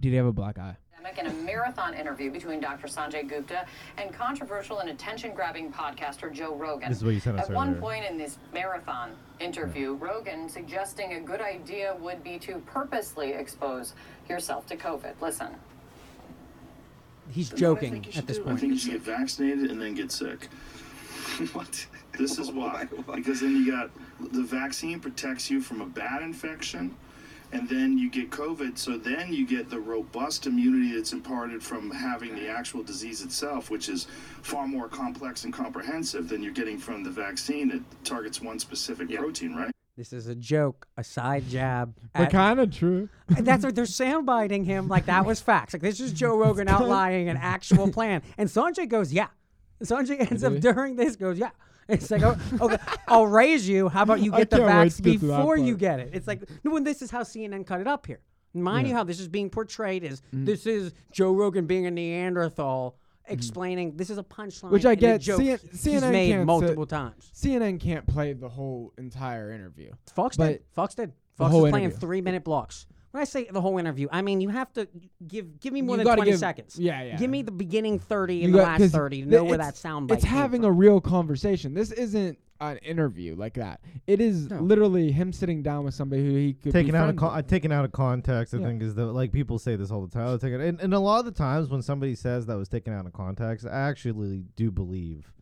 Did he have a black eye? pandemic in a marathon interview between Dr. Sanjay Gupta and controversial and attention-grabbing podcaster Joe Rogan. This is what you sent us At one earlier. point in this marathon interview, Rogan suggesting a good idea would be to purposely expose yourself to COVID. Listen. He's Then what I joking think you should at this do, I point. think you should get vaccinated and then get sick. what? This is why. Because then you got the vaccine protects you from a bad infection, and then you get COVID. So then you get the robust immunity that's imparted from having the actual disease itself, which is far more complex and comprehensive than you're getting from the vaccine that targets one specific protein, right? This is a joke, a side jab. But at- kind of true. And that's what they're soundbiting him like that was facts. Like this is Joe Rogan outlining an actual plan. And Sanjay goes, yeah. Sanjay ends up during this goes, yeah. It's like, oh, okay, I'll raise you. How about you I get the can't wait vax to get to that before you part. get it? It's like, no, and this is how CNN cut it up here. Mind you, how this is being portrayed is Mm. this is Joe Rogan being a Neanderthal explaining this is a punchline, Which I and a get. joke CN- he's CNN made can't sit- multiple times. CNN can't play the whole entire interview. Fox did. But- Fox did. Fox whole is playing interview. three minute blocks. When I say the whole interview, I mean you have to give give me more You than gotta twenty give- seconds. yeah, yeah. Give me the beginning thirty and the You got- last 'cause thirty to the- know where that it's- sound bite. It's came having from. a real conversation. This isn't an interview like that. It is literally him sitting down with somebody who he could taken be out of friends con- with. uh, taken out of context. I Yeah. think is the like people say this all the time. "Oh, take it-" And and a lot of the times when somebody says that was taken out of context, I actually do believe.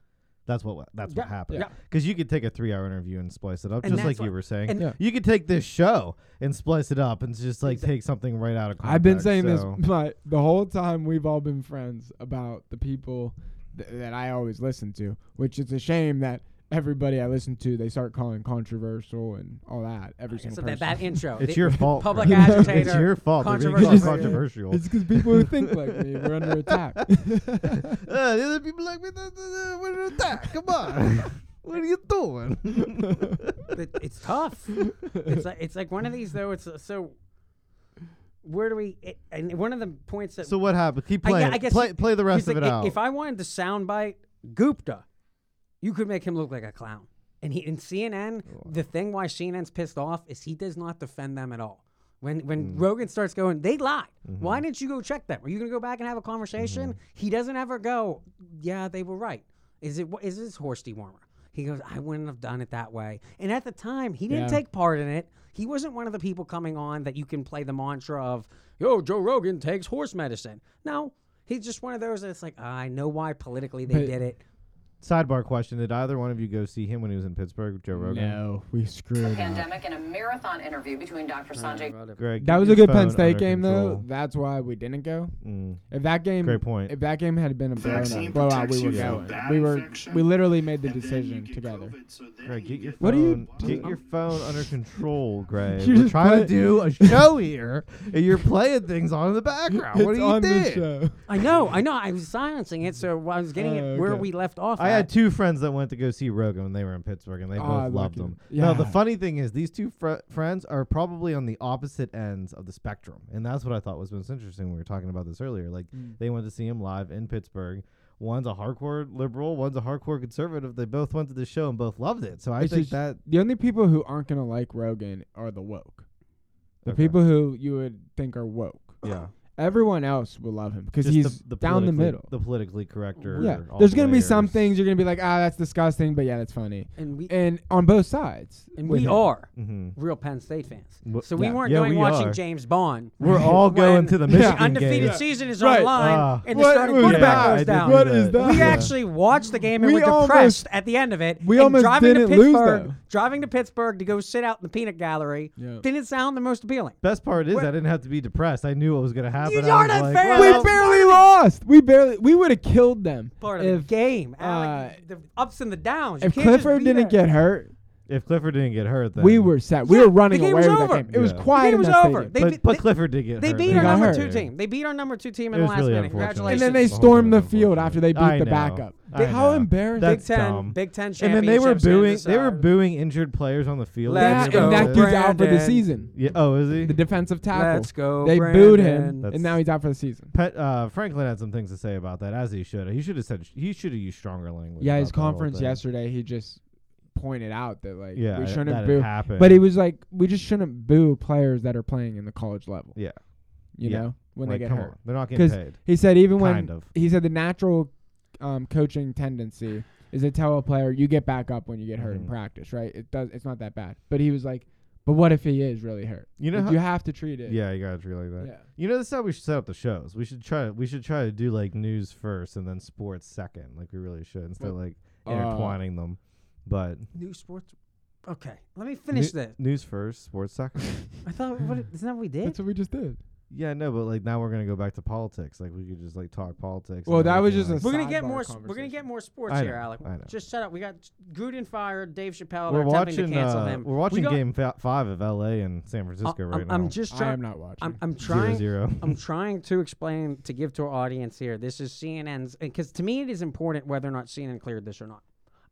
That's what that's what Yeah, happened. yeah. Because you could take a three-hour interview and splice it up, And just that's like you what- were saying. and- Yeah. You could take this show and splice it up and just like take something right out of context. I've been saying so- this my, the whole time we've all been friends about the people th- that I always listen to, which it's a shame that everybody I listen to they start calling controversial and all that every single so person. that, that intro. It's the your fault. Public Brandon. agitator. It's your fault. They're being Controversial. so controversial. It's because people who think like me were under attack. Uh, the other people like, "What the- the- what is that? Come on. what are you doing? It- it's tough. it's like it's like one of these though. It's uh, so. Where do we? It, and one of the points that so what happened? Keep I- yeah, playing. I guess play, you- play the rest he's of it like, i- out. If I wanted to soundbite Gupta, you could make him look like a clown. And he in CNN, the thing why CNN's pissed off is he does not defend them at all. When when Mm. Rogan starts going, they lied. Mm-hmm. Why didn't you go check them? Are you going to go back and have a conversation? He doesn't ever go, yeah, they were right. Is it wha- is this horsey warmer? He goes, I wouldn't have done it that way. And at the time, he didn't Yeah. take part in it. He wasn't one of the people coming on that you can play the mantra of, yo, Joe Rogan takes horse medicine. No, he's just one of those that's like, I know why politically they But- did it. Sidebar question: Did either one of you go see him when he was in Pittsburgh, Joe Rogan? No, we screwed up. Pandemic in a marathon interview between Dr. Sanjay Greg, That get was your a good Penn phone State under game, though. control. That's why we didn't go. Mm. If that game, Great point. If that game had been a blowout, Vaccine blowout protects we were you from going. bad We were, infection, we literally made the And then you decision get together. COVID, so then Greg, you get your What do you phone. get do? your phone under control, Greg. You We're just trying to put- do a show here, and you're playing things on in the background. what It's do you on the think? show. I know, I know. I was silencing it, so I was getting Oh, it where okay. we left off. I at. had two friends that went to go see Rogan when they were in Pittsburgh, and they both Ah, loved lucky. them. No, the Yeah. funny thing is, these two fr- friends are probably on the opposite ends of the spectrum, and that's what I thought was most interesting. when We were talking about this earlier. Like Mm. they went to see him live in Pittsburgh. One's a hardcore liberal, one's a hardcore conservative. They both went to the show and both loved it. So I It's think just- that The only people who aren't gonna like Rogan are the woke. The Okay. people who you would think are woke. yeah, Everyone else will love him because just he's down the politically- middle. the politically correct. or yeah, all there's gonna be some players. things you're gonna be like, ah, that's disgusting, but yeah, that's funny. and we And on both sides, and with we him. are Mhm. real Penn State fans, Wha- so we Mm. yeah. weren't Yeah, going we watching are. James Bond. We're all going to the Yeah. Michigan undefeated game. season is Right. online, Ah. and the What- starting yeah, quarterback I goes did down. do What is that? We Yeah. actually watched the game and were We depressed almost- at the end of it. we and almost driving to didn't lose, Pittsburgh, though. driving to Pittsburgh to go sit out in the peanut gallery Yeah. didn't sound the most appealing. Best part is I didn't have to be depressed. I knew what was gonna happen. I darn was it, like, Farrell. well, We barely lost. We barely. We would have killed them. Part of if, the game, uh, Alec, the ups and the downs. You If can't just Clifford be didn't there. get hurt, If Clifford didn't get hurt, then we were set. We Yeah, were running the game away was with over. that game. It was Yeah. quiet. The game in was that over. stadium. They but, beat- but they- Clifford did get They hurt. beat though. our got number hurt. two team. They beat our number two team in It the was last really minute. unfortunate. Congratulations. and then they It's a whole stormed the different field world. after they I beat the know. backup. I They- how know. embarrassing! That's Big Ten, dumb. Big Ten And then championships. uh, they were booing. in They were December. booing injured players on the field. yeah, Let's They go, and that didn't dude's out for the Brandon. season. Yeah. Oh, is he? The defensive tackle. Let's go, They booed Brandon. him, That's- and now he's out for the season. Pet, uh, Franklin had some things to say about that, as he should. He should have said. He should have used stronger language. Yeah, his about that whole conference thing. yesterday, he just pointed out that like Yeah, we that shouldn't had boo. happened. But he was like, we just shouldn't boo players that are playing in the college level. Yeah. you Yeah. know when like, they get come hurt. on, they're not getting 'Cause paid. He said even when Kind of. he said the natural um, coaching tendency is to tell a player you get back up when you get hurt Mhm. in practice, right? It does. It's not that bad. But he was like, but what if he is really hurt? You know Like, how- you have to treat it. Yeah, you gotta treat it like that. Yeah. You know, that's how we should set up the shows. We should try. We should try to do like news first and then sports second. Like we really should instead of like Uh, intertwining them. But New sports. Okay, let me finish nu- this. News first, sports second. I thought, what, isn't that what we did? That's what we just did. yeah, no, but like now we're gonna go back to politics. Like we could just like talk politics. and Well, then that we was can, just like, a We're gonna get sidebar more. s- We're gonna get conversation. more sports I here, know, Alec. I know. Just shut up. We got Gruden fired, Dave Chappelle. We're They're attempting watching. to cancel uh, him. We're We watching got- Game fa- Five of L.A. and San I- Francisco I'm, right I'm now. just I trying. am not watching. I'm, I'm Zero, trying. zero. I'm trying to explain to give to our audience here. This is CNN's because to me it is important whether or not CNN cleared this or not.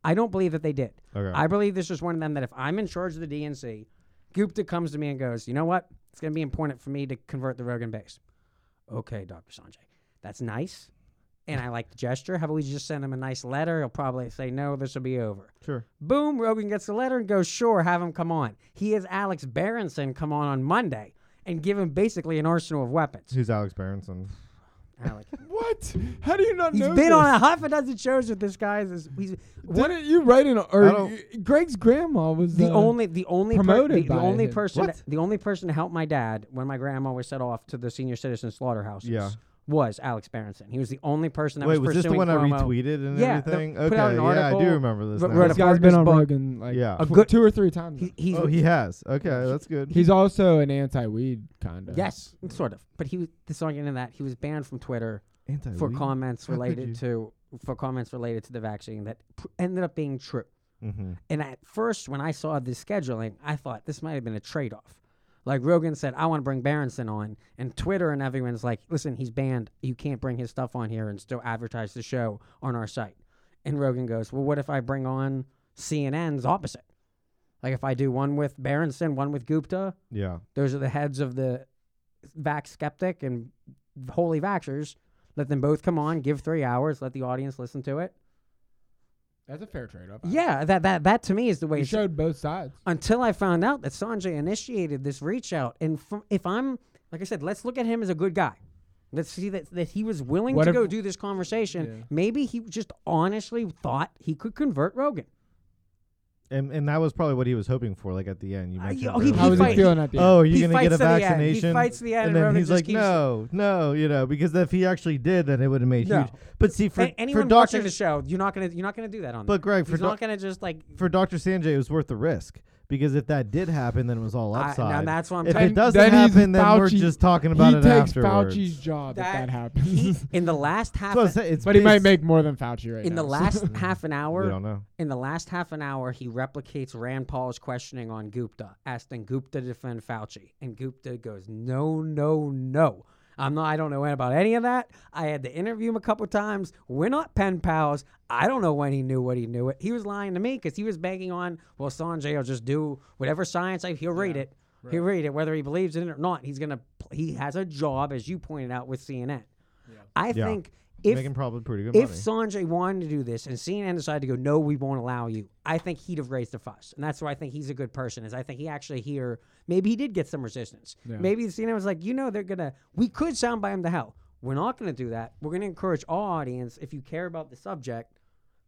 I don't believe that they did. Okay. I believe this is one of them that if I'm in charge of the DNC, Gupta comes to me and goes, "You know what? It's going to be important for me to convert the Rogan base." Okay, Dr. Sanjay, that's nice, and I like the gesture. How about we just send him a nice letter? He'll probably say, "No, this will be over." sure. Boom, Rogan gets the letter and goes, sure, have him come on. He has Alex Berenson come on on Monday and give him basically an arsenal of weapons. Who's Alex Berenson? Alex. What? How do you not He's know? been this? on a half a dozen shows with this guy. This- He's Didn't you write an? Or I don't- Greg's grandma was the uh, only, the only, per- promoted the, the by only him. person, What? the only person to help my dad when my grandma was set off to the senior citizen slaughterhouses Yeah. was Alex Berenson. He was the only person that Wait, was was this the pursuing one I Cuomo. retweeted and Yeah, the- everything? put okay, out an yeah, I do article, remember this. wr- now. wrote This guy's Parker's been on book. Rogan like Yeah. A tw- good- two or three times. He, now. he's oh, he has. Okay, that's good. He's also an anti-weed kind of. yes, sort of. But he was this argument in that he was banned from Twitter. for Anti-weed? comments How could related you? to for comments related to the vaccine that pr- ended up being true. Mhm. And at first, when I saw this scheduling, I thought this might have been a trade-off. Like Rogan said, I want to bring Berenson on, and Twitter and everyone's like, "Listen, he's banned. You can't bring his stuff on here and still advertise the show on our site." And Rogan goes, "Well, what if I bring on CNN's opposite? Like if I do one with Berenson, one with Gupta, Yeah. those are the heads of the vax skeptic and holy vaxxers. Let them both come on, give three hours, let the audience listen to it. That's a fair trade-off. Yeah, that that that to me is the way. You it's- showed both sides. until I found out that Sanjay initiated this reach out, and from, if I'm like I said, let's look at him as a good guy. Let's see that that he was willing What to if- go do this conversation. Yeah. Maybe he just honestly thought he could convert Rogan. And and that was probably what he was hoping for. Like at the end, you Uh, mentioned. oh, he- earlier. How was he fight- feeling at the end? Oh, you're He gonna get fights a to the end. He vaccination. fights to the end, and and then Roman he's just like, keeps- no, no, you know, because if he actually did, then it would have made No. huge. But see, for A- anyone for watching Doctor the show, you're not gonna you're not gonna do that on. But, there. Greg, for he's doc- not gonna just like for Doctor Sanjay, it was worth the risk because if that did happen, then it was all I- now upside. that's what I'm If telling- it doesn't Then he's happen, then we're Fauci- just talking about he it takes afterwards. Fauci's job if that he- happens. in the last half. That's what I'm a- saying, it's but he might based- make more than Fauci right now. in the so- last half an hour, We don't know. In the last half an hour, he replicates Rand Paul's questioning on Gupta, asking Gupta to defend Fauci, and Gupta goes, "No, no, no." I'm not. I don't know about any of that. I had to interview him a couple times. We're not pen pals. I don't know when he knew what he knew it. He was lying to me because he was banking on, well, Sanjay will just do whatever science. I, he'll read it. He'll read it whether he believes in it or not. He's gonna. pl- He has a job, as you pointed out, with CNN. I Yeah. think if Making probably pretty good if money. Sanjay wanted to do this and CNN decided to go, no, we won't allow you, I think he'd have raised a fuss. And that's why I think he's a good person is I think he actually here, maybe he did get some resistance. Maybe CNN was like, you know, they're going to, we could soundbite him to hell. We're not going to do that. We're going to encourage our audience, if you care about the subject,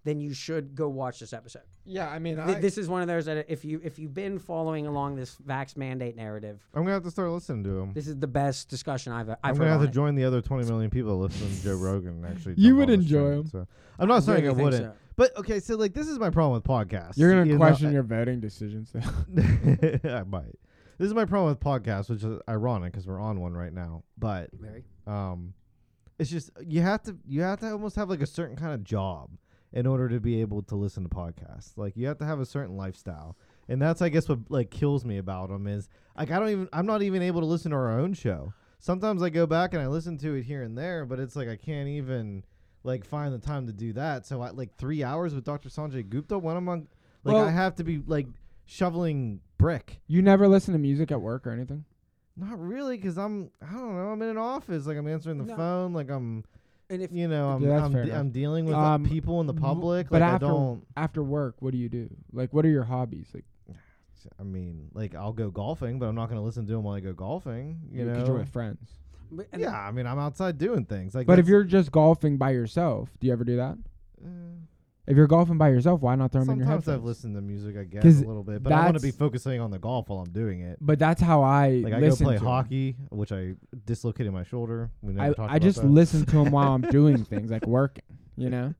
then you should go watch this episode. yeah, I mean, Th- I, this is one of those that if you if you've been following along this vax mandate narrative, I'm gonna have to start listening to him. this is the best discussion I've I've I'm heard gonna have on to it. join the other 20 million people listening to Joe Rogan. and Actually, You jump would on this enjoy train, him. so- I'm not saying really I think wouldn't, so. but okay. So like, this is my problem with podcasts. you're you gonna know, question I- your voting decisions. Though. I might. This is my problem with podcasts, which is ironic because we're on one right now. But Very. um, it's just uh, you have to you have to almost have like a certain kind of job in order to be able to listen to podcasts. Like you have to have a certain lifestyle, and that's I guess what like kills me about them is like I don't even I'm not even able to listen to our own show. Sometimes I go back and I listen to it here and there, but it's like I can't even like find the time to do that. So I like three hours with Dr. Sanjay Gupta when I'm on like Well- I have to be like shoveling brick. you never listen to music at work or anything. Not really, because I'm I don't know. I'm in an office, like I'm answering the No. phone, like I'm And if you know I'm Yeah, that's I'm, fair de- enough. I'm dealing with uh, Um, people in the w- public. but like after I don't. after work, what do you do? Like, what are your hobbies? Like, I mean, like I'll go golfing, but I'm not going to listen to them while I go golfing. You you know. are with friends. but- and Yeah, I mean, I'm outside doing things. Like, But if that's- you're just golfing by yourself, do you ever do that? uh, If you're golfing by yourself, why not throw them in your sometimes I've headphones? listened to music, I guess 'Cause a little bit, but I want to be that's- focusing on the golf while I'm doing it. But that's how I Like I go listen play to 'em. hockey, which I dislocated my shoulder. We never I, talked I about just that. listen to them while I'm doing things like working. You know,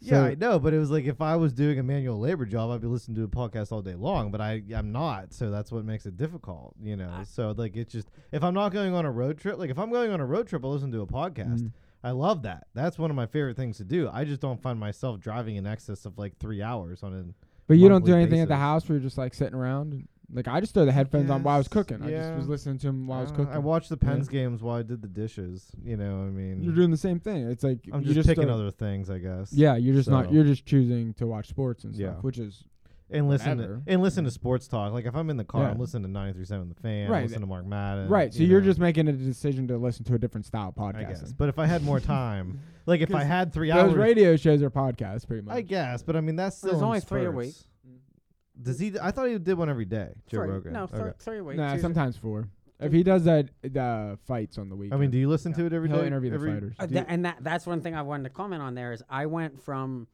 Yeah, So- I know, but it was like if I was doing a manual labor job, I'd be listening to a podcast all day long. But I, I'm not, so that's what makes it difficult, you know. so like, it's just if I'm not going on a road trip, like if I'm going on a road trip, I listen to a podcast. Mm-hmm. I love that. That's one of my favorite things to do. I just don't find myself driving in excess of like three hours on an. but you don't do monthly anything at the basis. house where you're just like sitting around. And, like I just throw the headphones on while I was Yes, cooking. I just yeah. was listening to them while I was don't know. cooking. Uh, I watched the Yeah. Pens games while I did the dishes. You know, I mean, You're doing the same thing. It's like I'm you just, picking don't- other things, I guess. Yeah, you're just not. So- You're just choosing to watch sports and stuff, Yeah. which is and listen to, whatever. and listen to sports talk. Like if I'm in the car, Yeah. I'm listening to 93.7 The Fan. Right. Right. Listen to Mark Madden. right. So Uh, you you're know. just making a decision to listen to a different style podcast. I guess. But if I had more time, like if I had three Those hours, radio shows are podcasts, pretty much. I guess. But I mean, that's still Well, there's in only three a spurts. week. Does he? I thought he did one every day. Joe three- Rogan. No, Okay. three, three weeks. nah, Tuesday- sometimes four. If he does that, the fights on the weekend. I mean, do you listen to it every day? he'll interview the every, fighters. Uh, Do tha- and that that's one thing I wanted to comment on there is I went from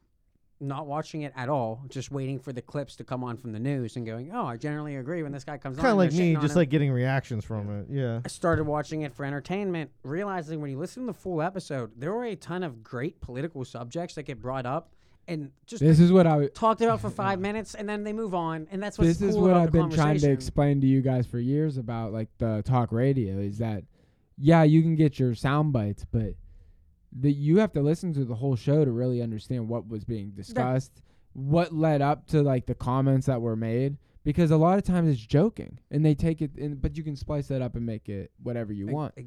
not watching it at all, just waiting for the clips to come on from the news and going, oh, I generally agree when this guy comes on. Kind of and like they're me, shitting on just him." like getting reactions from it. Yeah. I started watching it for entertainment, realizing when you listen to the full episode, there were a ton of great political subjects that get brought up and just this is what I. w- talked about for five minutes and then they move on. And that's what's This is cool what about the I've been trying to conversation. explain to you guys for years about like the talk radio is that, yeah, you can get your sound bites, but that you have to listen to the whole show to really understand what was being discussed, what led up to like the comments that were made. Because a lot of times it's joking, and they take it, in, but you can splice that up and make it whatever you Like, want. like,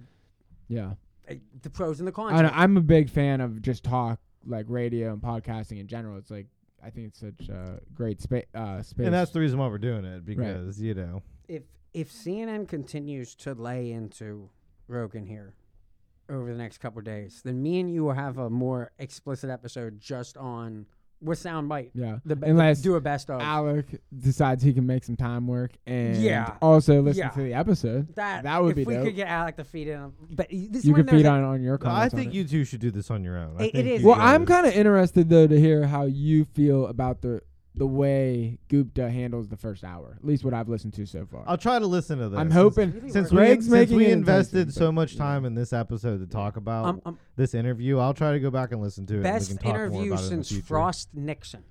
Yeah. like, the pros and the cons. I don't, I'm a big fan of just talk, like radio and podcasting in general. It's like I think it's such a great space. Uh, space. And that's the reason why we're doing it because you know. if if CNN continues to lay into Rogan here over the next couple of days, then me and you will have a more explicit episode just on with soundbite. yeah. The, be- Unless do a best of Alec decides he can make some time work and Yeah. also listen Yeah. to the episode. that. that would if be we dope. could get Alec to feed in. But y- this you one can feed knows on on your But I comments. on think it. you two should do this on your own. I It- it think is- you Well, guys- I'm kind of interested though to hear how you feel about the the way Gupta handles the first hour. At least what I've listened to so far. I'll try to listen to this. I'm since- hoping really Since working. we, Greg's since making we it invested enticing, so but, much yeah. time in this episode to talk about Um, um, this interview, I'll try to go back and listen to it. and we Best can talk more interview about it in the since future. Frost Nixon.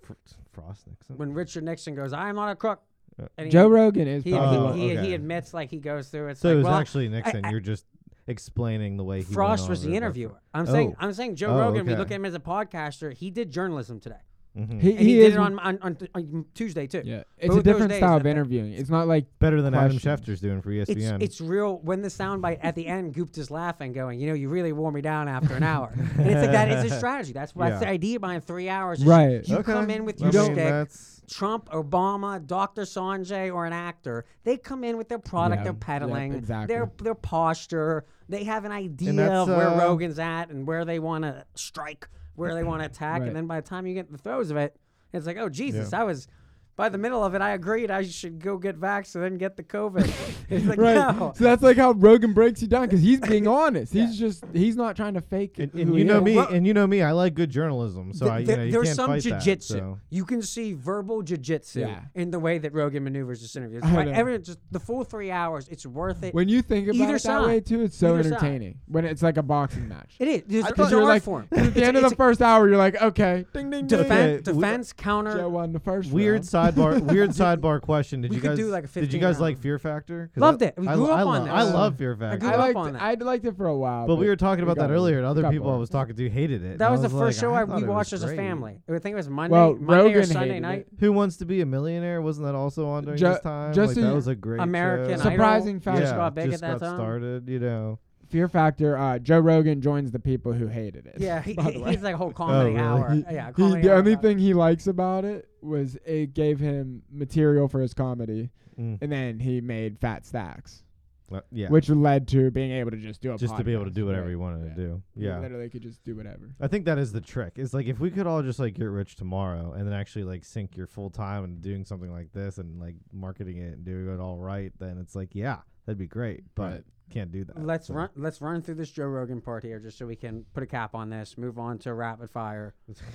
Fr- Frost Nixon. When Richard Nixon goes, I'm not a crook. Yeah. And he- Joe Rogan is He, probably Oh, one- he, he, okay. he admits like he goes through it's So it like was well, actually Nixon. You're just explaining the way he Frost went was on the it. interviewer. I'm saying Oh. I'm saying Joe Oh, Rogan. We okay. look at him as a podcaster. He did journalism today. Mhm. he, And he, he did is it on on, on, on Tuesday too. Yeah, it's a Both those different days style that of they- interviewing. It's not like Better than Adam Questions. Schefter's doing for E ESPN. It's it's real when the soundbite at the end Gupta's laughing, going, you know, you really wore me down after an hour. and it's like that is a strategy. That's what that's Yeah. the idea behind three hours. is Right. You Okay. come in with I your mean, stick. that's- Trump, Obama, Dr. Sanjay, or an actor, they come in with their product, Yeah, their yeah, peddling, exactly. their their posture. They have an idea that's, of where uh, Rogan's at and where they want to strike, where they want to attack, Right. and then by the time you get in the throes of it, it's like, oh Jesus, I was. By the middle of it, I agreed I should go get vaxxed and then get the COVID. it's like, right. no. So that's like how Rogan breaks you down because he's being honest. He's just he's not trying to fake And, it. and you know me, Well, and you know me. I like good journalism, so Th- I, you th- know, you there's can't some fight that, jujitsu. so. You can see verbal jujitsu Yeah. in the way that Rogan maneuvers this interview. It's I why know. everyone just the full three hours. It's worth it. When you think about Either it side. that way too, it's so Either side. entertaining. When it's like a boxing match. it is. It's, I it's thought an you were art like- form. At the end of the first hour, you're like, okay, ding ding ding. Okay, Defen- we- defense counter. Joe won the first Weird round. sidebar. weird sidebar question. Did We you could guys do, like, a Did you 15 guys round. like Fear Factor? 'Cause Loved I- it. We I, grew lo- up I on lo- this. I love Fear Factor. grew I up liked on it. that. I liked it for a while. but we were talking about got that earlier, and bored. other Got people I bored. was talking to hated it. and That I was the first like, show I I, thought we it was watched as a great. family. I think it was Monday, Well, Monday or Rogan Sunday hated night. Who Wants to Be a Millionaire? Wasn't that also on during Ju- this time? just like, so that you- was a great American show. Idol Surprising fact. just yeah, got big just at that got time. started. You know. Fear Factor. Uh, Joe Rogan joins the people who hated it. Yeah, he, by the he- way. he's like a whole comedy really? hour. Oh, He- yeah, he- comedy the hour only about- thing he likes about it was it gave him material for his comedy, Mm. and then he made fat stacks, Well, yeah. which led to being able to just do a just to be able to podcast, do whatever right? you wanted Yeah. to do. You Yeah. literally could just do whatever. I think that is the trick. It's like if we could all just like get rich tomorrow and then actually like sink your full time and doing something like this and like marketing it and doing it all right, then it's like, yeah, that'd be great. But Right. can't do that. Let's so. run. Let's run through this Joe Rogan part here, just so we can put a cap on this. Move on to rapid fire.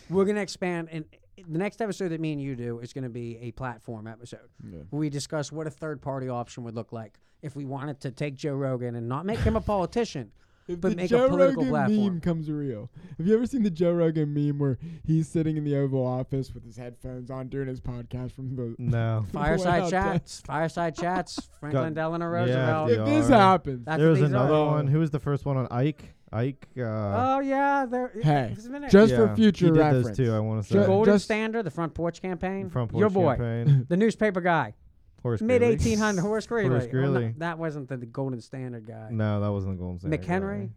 We're gonna expand, and the next episode that me and you do is gonna be a platform episode. Where we discuss what a third party option would look like if we wanted to take Joe Rogan and not make him a politician, If but the make Joe a political Rogan platform. meme comes real, have you ever seen the Joe Rogan meme where he's sitting in the Oval Office with his headphones on doing his podcast from the? No. Fireside Wow, chats, fireside chats, Franklin Got- Delano yeah, Roosevelt. they If this are. happens, That's there what was these are. Oh. another one. Who was the first one on Ike? Ike. Uh, Oh yeah, there. it- Hey, it was a minute. just yeah, for future he did reference, those two. I want the to Ju- say. Golden just- Standard, the Front Porch Campaign, From your boy, Campaign. the newspaper guy, Horse mid Greeley. eighteen hundred Horace Greeley. Horace Well, no, Greeley. that wasn't the, the Golden Standard guy. No, that wasn't the Golden State. McHenry?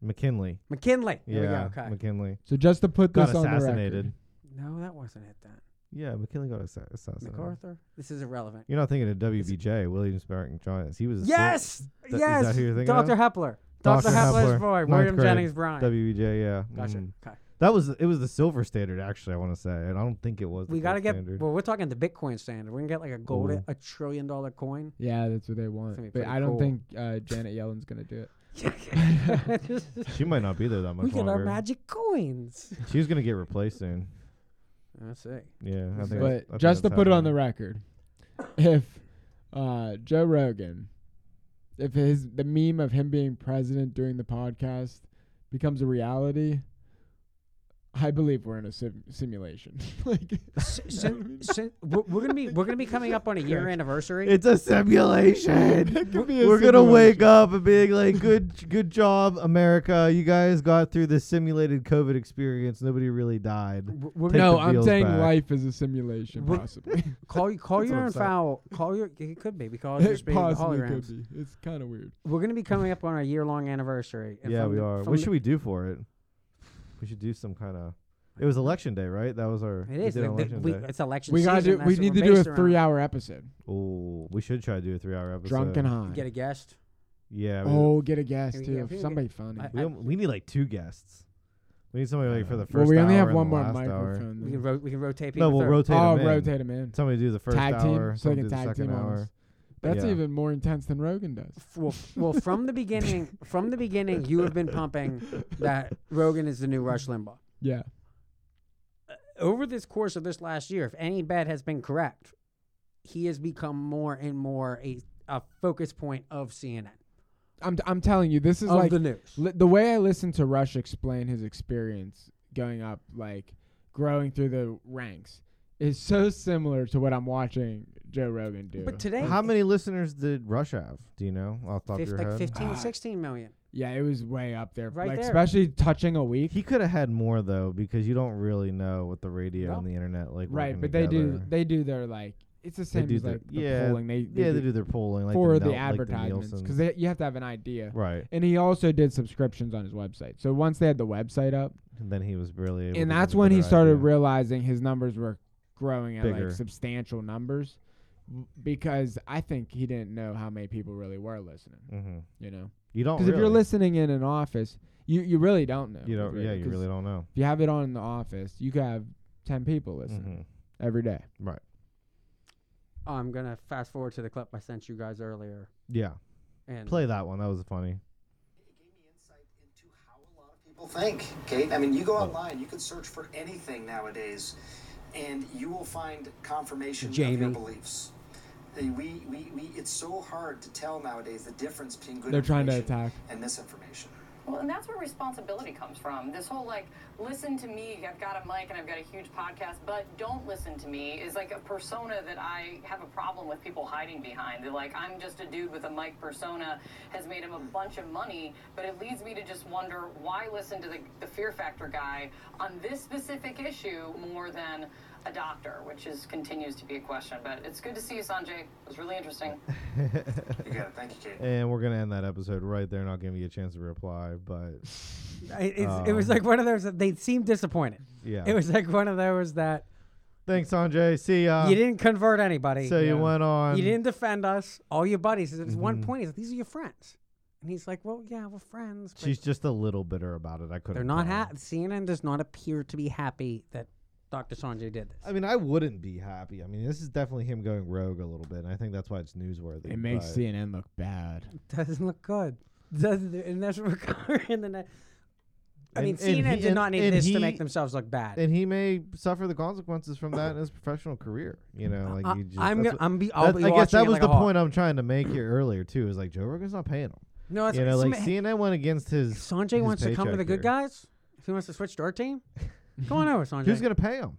McKinley. McKinley. There we go, Yeah, okay. McKinley so just to put got this on the assassinated. record, no, that wasn't it. Then Yeah, McKinley got assa- assassinated. MacArthur. This is irrelevant. You're not thinking of WBJ, Williams Barrington Giants. He was a Yes, that yes. who you're thinking Dr. of? Hepler. Dr. Hepler's Hepler, boy, ninth William grade, Jennings Bryan. WBJ, yeah. Gotcha. mhm. Okay. That was it was the silver standard actually, I want to say. And I don't think it was the We gotta gold get. standard. Well, we're talking the Bitcoin standard. We're gonna get like a gold, Ooh. a trillion dollar coin. yeah, that's what they gonna be want. But pretty I don't cool. think uh, Janet Yellen's gonna do it. she might not be there that much we get our longer. magic coins. She's going to get replaced soon. Let's see. Yeah, I think that's- I But think just to that's put it on the happening. record, if uh, Joe Rogan, if his the meme of him being president during the podcast becomes a reality, I believe we're in a sim- simulation. like, S- sin- sin- we're, we're gonna be we're gonna be coming up on a year anniversary. It's a simulation. that could be a We're going to wake simulation. up and be like good good job America. You guys got through this simulated COVID experience. Nobody really died. W- We're Take gonna No, the I'm feels saying back. life is a simulation, We're- possibly. call you call That's your what own I'm saying. foul. Call your it could be because it's it being the possibly could holograms. be. It's kind of weird. We're gonna be coming up on our year long anniversary. and yeah, from we the- are. from What the- should we do for it? We should do some kind of. It was election day, right? That was our. It We is did the- on the- election we- day. it's election We gotta season. do. that's We what we're need to do a based around. three-hour episode. Oh, we should try to do a three-hour episode. Drunk and high. Get a guest. Yeah. We, oh, get a guest Here we too. go. Somebody funny. I- we, don't- we need like two guests. We need somebody like for the first. Uh, well, we only hour have and one the more last Hour. microphone. We can ro- we can rotate people. No, we'll rotate. through. oh, 'em in. rotate him in. Somebody do the first Tag team, hour. so someone they can do the tag second team on hour. us. That's Yeah. even more intense than Rogan does. F- Well, f- well, from the beginning, from the beginning, you have been pumping that Rogan is the new Rush Limbaugh. Yeah, Uh, over this course of this last year, if any bet has been correct, he has become more and more a, a focus point of CNN, I'm I'm telling you, this is of like the news. li- the way I listened to Rush explain his experience going up, like growing through the ranks, is so similar to what I'm watching Joe Rogan do. But today, How many listeners did Rush have? Do you know off the top fif- of your like head? 15 Ah. 16 million. yeah, it was way up there, Right like there. especially touching a week. He could have had more though, because you don't really know what the radio No. and the internet like. right, working but they do together. they do their like it's the They same do as their- like the yeah, polling. They, yeah, they do their polling like for the, the, Nel- like advertisements Nielsen. because you have to have an idea. right, And he also did subscriptions on his website. So once they had the website up, and then he was really. Able to give and that's a when he better started idea. realizing his numbers were growing at Bigger. like substantial numbers w- because I think he didn't know how many people really were listening, Mhm. you know. You don't Because if you're really- listening in an office, you, you really don't know. you don't. Yeah, you 'cause really don't know. If you have it on in the office, you could have 10 people listen Mhm. every day. Right. Oh, I'm going to fast forward to the clip I sent you guys earlier. Yeah. And Play that one. That was funny. It gave me insight into how a lot of people think, Kate. I mean, you Oh. go online, you can search for anything nowadays, and you will find confirmation of your Jamie. beliefs. Uh, We, we, we, it's so hard to tell nowadays the difference between good They're trying to information attack. and misinformation. Well, and that's where responsibility comes from. This whole like, listen to me, I've got a mic and I've got a huge podcast, but don't listen to me is like a persona that I have a problem with people hiding behind. They're like, I'm just a dude with a mic persona, has made him a bunch of money, but it leads me to just wonder why listen to the, the fear factor guy on this specific issue more than a doctor, which is continues to be a question. But it's good to see you, Sanjay. It was really interesting. You got it. Thank you, Kate. And we're gonna end that episode right there, not giving you a chance to reply. But I- it's, it was like one of those, that they seemed disappointed. Um, yeah, It was like one of those that Thanks, Sanjay. See ya. you didn't convert anybody. So Uh, you Mm-hmm. went on. You didn't defend us. All your buddies. At one point, he's like, these are your friends. And he's like, well, yeah, we're friends. but She's just a little bitter about it. I couldn't. they're not tell. happy. CNN does not appear to be happy that Dr. Sanjay did this. I mean, I wouldn't be happy. I mean, this is definitely him going rogue a little bit, and I think that's why it's newsworthy. It makes but- CNN look bad. doesn't look good. Doesn't, and that's what we're covering the net. I mean, And- and CNN he- did and- not need and this he- to make themselves look bad. and he may suffer the consequences from that in his professional career. You know, like I- you just, I'm that's gonna- what- I'm be- I'll that- be I guess watching that it was like the a hawk. point I'm trying to make here earlier too. Is like Joe Rogan's not paying him. no, it's, you know, it's- like CNN went against his. if Sanjay his wants to come to the paycheck good here. guys. If he wants to switch to our team, come on over, Sanjay. Who's gonna pay him?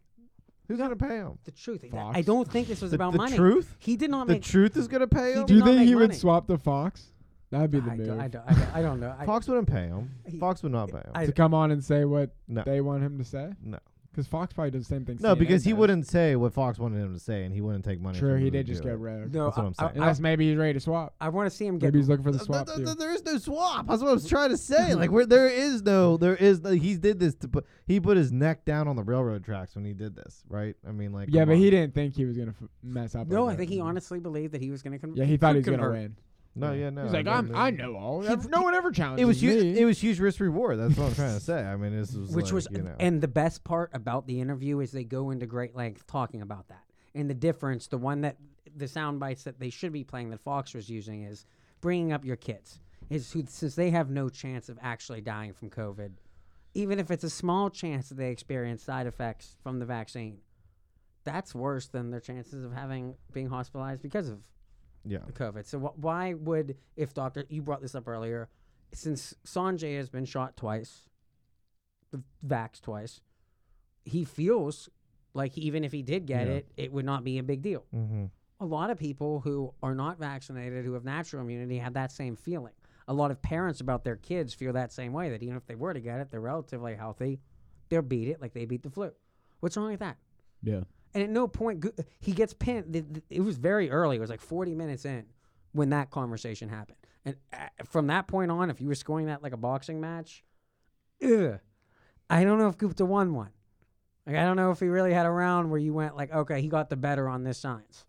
Who's gonna pay him? the truth. I- I Fox? don't think this was The- about the money. truth? He did not The make. truth is gonna pay him. did Do you not think make he money. would swap to Fox? That'd be the I, move. don't, I, don't, I, don't, I don't know. I, Fox wouldn't pay him. He- Fox would not pay him. I- to come on and say what No. they want him to say? No. Because Fox probably does the same thing. no, because he CNN does. wouldn't say what Fox wanted him to say, and he wouldn't take money. Sure, from he him to did just do go it. rogue. no, That's what I'm I- saying. I, Unless maybe he's ready to swap. I, want to see him get. Maybe he's looking for the Uh, swap th- too. th- there is no swap. That's what I was trying to say. like where there is no, there is. No, he did this to put. He put his neck down on the railroad tracks when he did this, right? I mean, like. Yeah, come but on. he didn't think he was gonna f- mess up. No, I like that. think he honestly believed that he was going to convert. Yeah, he thought he was gonna win. No, yeah, no. He's like, no, I'm, no. I know all. He- no one ever challenged It was me. huge. It was huge risk reward. That's what I'm trying to say. I mean, this was Which like, was, you know, and the best part about the interview is they go into great length talking about that and the difference. The one that the sound bites that they should be playing that Fox was using is bringing up your kids is who since they have no chance of actually dying from COVID, even if it's a small chance that they experience side effects from the vaccine. That's worse than their chances of having being hospitalized because of yeah. the COVID. So wh- why would if Doctor you brought this up earlier, since Sanjay has been shot twice, v- vaxxed twice, he feels like even if he did get Yeah. it, it would not be a big deal. Mm-hmm. A lot of people who are not vaccinated, who have natural immunity, have that same feeling. A lot of parents about their kids feel that same way. That even if they were to get it, they're relatively healthy, they'll beat it like they beat the flu. What's wrong with that? yeah. And at no point go- he gets pinned. Th- th- It was very early. It was like 40 minutes in when that conversation happened. And uh, from that point on, if you were scoring that like a boxing match, ugh, I don't know if Gupta won one. Like I don't know if he really had a round where you went like, okay, he got the better on this science.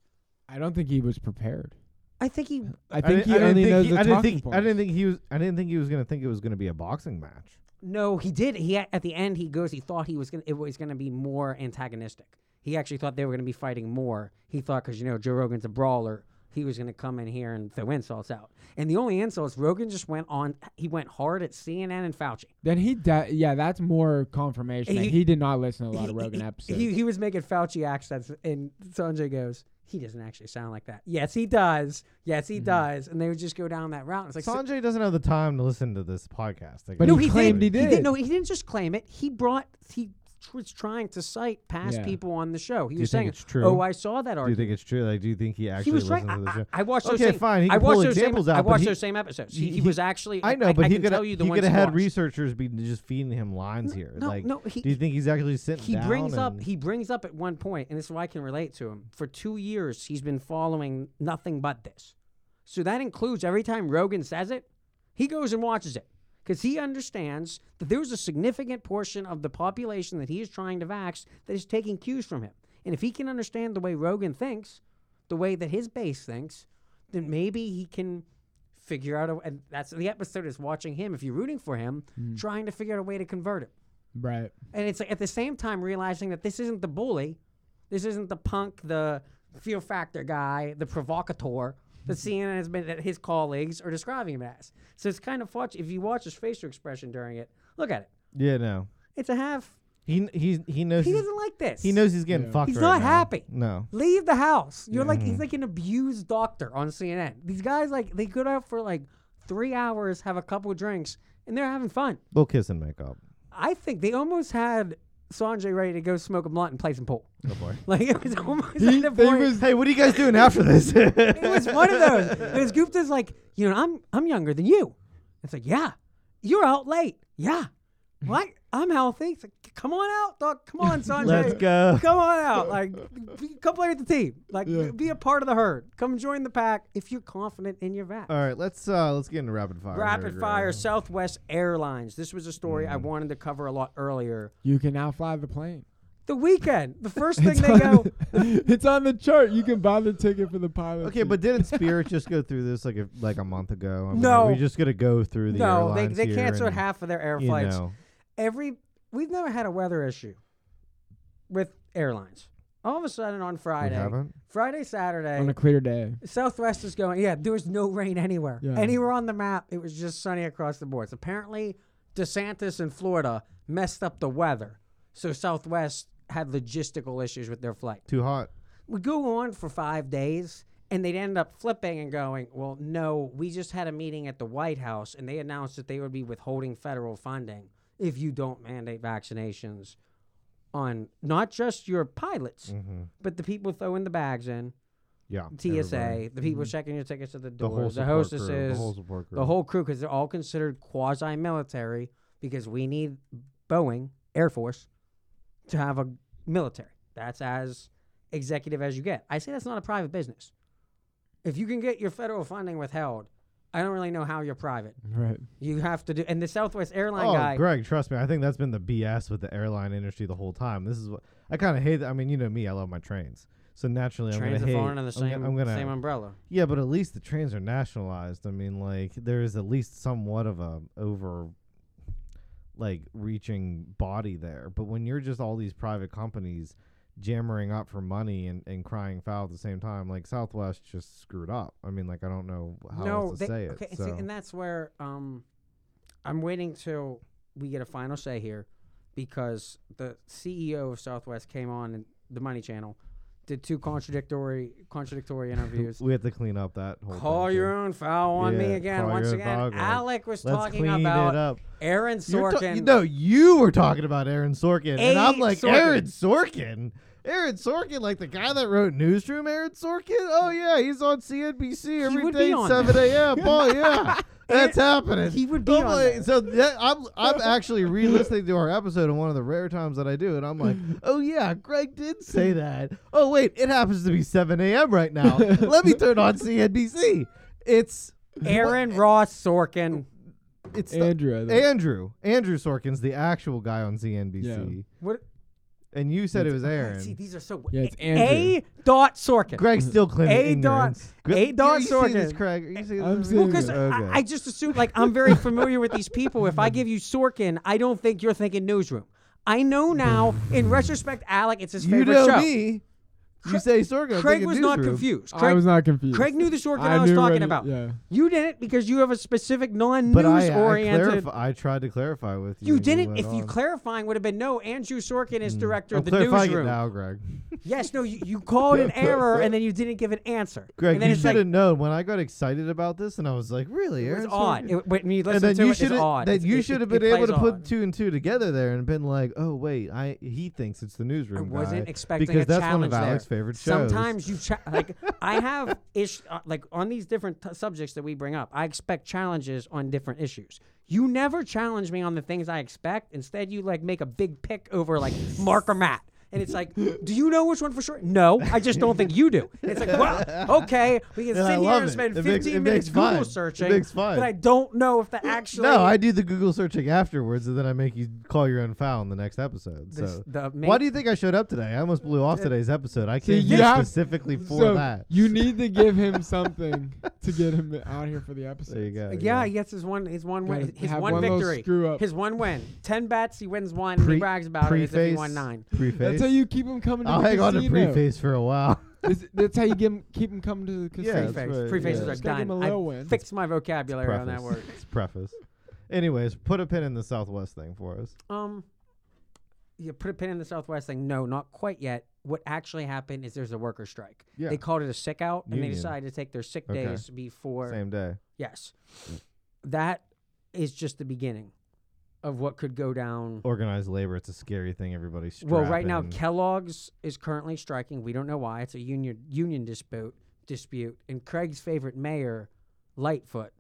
I don't think he was prepared. I think he. I think he only knows I the didn't talking think. points. I didn't think he was. I didn't think he was gonna think it was gonna be a boxing match. No, he did. He at the end he goes. He thought he was gonna. It was gonna be more antagonistic. He actually thought they were gonna be fighting more. He thought because you know Joe Rogan's a brawler. he was going to come in here and throw insults out. And the only insults Rogan just went on, he went hard at CNN and Fauci. Then he, de- yeah, that's more confirmation. that He- He, did not listen to a lot he- of Rogan he, episodes. He, he was making Fauci accents, and Sanjay goes, "He doesn't actually sound like that." Yes, he does. Yes, Mm-hmm. he does. And they would just go down that route. It's like so- Sanjay doesn't have the time to listen to this podcast. I But guess. he claimed he did. No, he didn't just claim it. He brought he tr- was trying to cite past Yeah. people on the show. He you was think saying, it's true? "Oh, I saw that Do you argument." think it's true? Like, do you think he actually he was right. listened I, to the I, show? I watched those. Okay, same, fine. He I can watched pull those examples same, out. I but watched he- those same episodes. He, he- was actually. I know, I, but I he can could tell you the he ones could have had watched. researchers be just feeding him lines here. no, like, no, he- do you think he's actually sitting He down brings up and- he brings up at one point, and this is why I can relate to him. For two years, he's been following nothing but this. So that includes every time Rogan says it, he goes and watches it because he understands that there's a significant portion of the population that he is trying to vax that is taking cues from him. And if he can understand the way Rogan thinks, the way that his base thinks, then maybe he can figure out a. And that's the episode is watching him. If you're rooting for him, Hmm. trying to figure out a way to convert him. right. And it's like at the same time realizing that this isn't the bully, this isn't the punk, the fear factor guy, the provocateur Mm-hmm. that CNN has been that his colleagues are describing him as. So it's kind of watch if you watch his facial expression during it, look at it. Yeah, no. It's a half. He he he knows He he's- doesn't like this. he knows he's getting fucked. He's right not now. Mm-hmm. happy. No. Leave the house. You're like he's like an abused doctor on CNN. These guys like they go out for like three hours, have a couple drinks, and they're having fun. We'll kiss and make up. I think they almost had Sanjay ready to go smoke a blunt and play some pool. Oh boy! like it was almost at the they point. was- Hey, what are you guys doing after this? it was one of those. Because Gupta's like, you know, I'm I'm younger than you. It's like, yeah, you're out late. Yeah, what? I'm healthy. It's like, come on out, dog. Come on, Sanjay. Let's go. Come on out. Like, be, come play with the team. Like, be a part of the herd. Come join the pack if you're confident in your vac. All right, let's uh let's get into rapid fire. here, Rapid Greg. fire, Southwest Airlines. This was a story I wanted to cover a lot earlier. You can now fly the plane. The weekend, the first thing It's they on go, the- it's on the chart. You can buy the ticket for the pilot. Okay, seat. but didn't Spirit just go through this like a, like a month ago? I mean, No. are we just gonna go through the no, they, airlines they here canceled and, half of their air you flights. know. Every we've never had a weather issue with airlines. All of a sudden on Friday, haven't? Friday, Saturday, on a clear day. Southwest is going. Yeah, there was no rain anywhere. Yeah. Anywhere on the map, it was just sunny across the boards. Apparently, DeSantis in Florida messed up the weather, so Southwest had logistical issues with their flight. Too hot. we go on for five days and they'd end up flipping and going well no we just had a meeting at the white house and they announced that they would be withholding federal funding if you don't mandate vaccinations on not just your pilots Mm-hmm. but the people throwing the bags in Yeah. tsa everybody. Mm-hmm. the people checking your tickets at the The whole doors the, support crew, hostesses the whole support crew. the whole crew because they're all considered quasi-military because we need boeing air force to have a military that's as executive as you get i say that's not a private business if you can get your federal funding withheld i don't really know how you're private Right. you have to do and the southwest airline Oh, guy Greg, trust me. I think that's been the BS with the airline industry the whole time. This is what I kind of hate. that- I mean, you know me. I love my trains, so naturally trains I'm gonna are falling hate. under the I'm same, gonna- I'm gonna same umbrella Yeah, but at least the trains are nationalized. I mean, like there is at least somewhat of a over like reaching body there. But when you're just all these private companies jammering up for money and, and crying foul at the same time, like Southwest just screwed up. I mean, like I don't know how else to they- say it. Okay, see, so. and that's where um, I'm waiting till we get a final say here, because the CEO of Southwest came on and the Money Channel, did two contradictory contradictory interviews. we have to clean up that whole Call thing, your too. own foul on me Yeah, again. call Once your again, dog, like, Alec was Let's talking clean about it up. Aaron You're ta- Sorkin. you- no, you were talking about Aaron Sorkin, and A. I'm like Sorkin. Aaron Sorkin, Aaron Sorkin, like the guy that wrote Newsroom, Aaron Sorkin. Oh yeah, he's on CNBC every would be day, on seven a.m. Oh yeah, that's happening. he would be I'm on like- there. So that, I'm I'm actually re-listening to our episode, and one of the rare times that I do, and I'm like, oh yeah, Greg did say that. Oh wait, it happens to be seven a.m. right now. Let me turn on CNBC. It's Aaron Ross Sorkin. it's the- Andrew. I think. Andrew. Andrew Sorkin's the actual guy on CNBC. What? And you said it was Aaron. See, these are so. Yeah, it's A dot Sorkin. Greg's still claiming A dot- ignorance. A Gre- dot you, you see this, Sorkin. Craig? You see I'm this? seeing Well, Because Okay. I, I just assume, like, I'm very familiar with these people. If I give you Sorkin, I don't think you're thinking newsroom. I know now, in retrospect, Alec, it's his you favorite know show. me. You say Sorkin. I'm Craig thinking was not newsroom. confused. I Craig, was not confused. Craig knew the Sorkin I, I was knew talking when- about. yeah. You did it because you have a specific non-news But I, I, oriented. clarif- I tried to clarify with you. you and didn't. went If you on. clarifying would have been no. Andrew Sorkin is director I'm of the clarifying it newsroom. now, Greg. Yes, no. You, you called an error and then you didn't give an answer. Greg, and then you it's should have like, known when I got excited about this, and I was like, "Really, It's Aaron odd. Sorkin? It, when you listen and then to you it, it's shoulda- odd. That It's- you it- should have it been able plays to put odd. two and two together there and been like, "Oh wait, I he thinks it's the newsroom." I wasn't guy," expecting because a that's one challenge of Alex's there. favorite shows. Sometimes you cha- like I have ish uh, like on these different t- subjects that we bring up. I expect challenges on different issues. You never challenge me on the things I expect. Instead, you like make a big pick over like Mark or Matt. And it's like, do you know which one for sure? No, I just don't think you do. And it's like, well, okay, we can And I sit here love and it. spend It 15 makes- it minutes makes Google fun. It searching, makes fun. but I don't know if that actually. no, I do the Google searching afterwards, and then I make you call your own foul in the next episode. This- so, the Uh, why main- do you think I showed up today? I almost blew off today's episode. I came you here have- specifically for so that. You need to give him something to get him out here for the episode. there you go. Yeah, he gets his one. His one win. Gotta His have one, one little victory. screw up. His one win. Ten bets, he wins one. and he brags about it as if he won nine. Preface. That's how you keep him coming to I'll the hang on casino. to preface for a while. Is- that's how you get him, keep him coming to the casino. that's Preface. right, Prefaces yeah. are Just gotta give done. him a I little win. fixed my vocabulary on that word. It's preface. Anyways, put a pin in the Southwest thing for us. Um, you put a pin in the Southwest thing. No, not quite yet. What actually happened is there's a worker strike. Yeah. They called it a sick out, and they Union. decided to take their sick Okay. days before. Same day. Yes, that is just the beginning of what could go down. Organized labor, it's a scary thing. Everybody's Well, right now strapping. Kellogg's is currently striking. We don't know why. It's a union union dispute dispute. And Craig's favorite mayor, Lightfoot,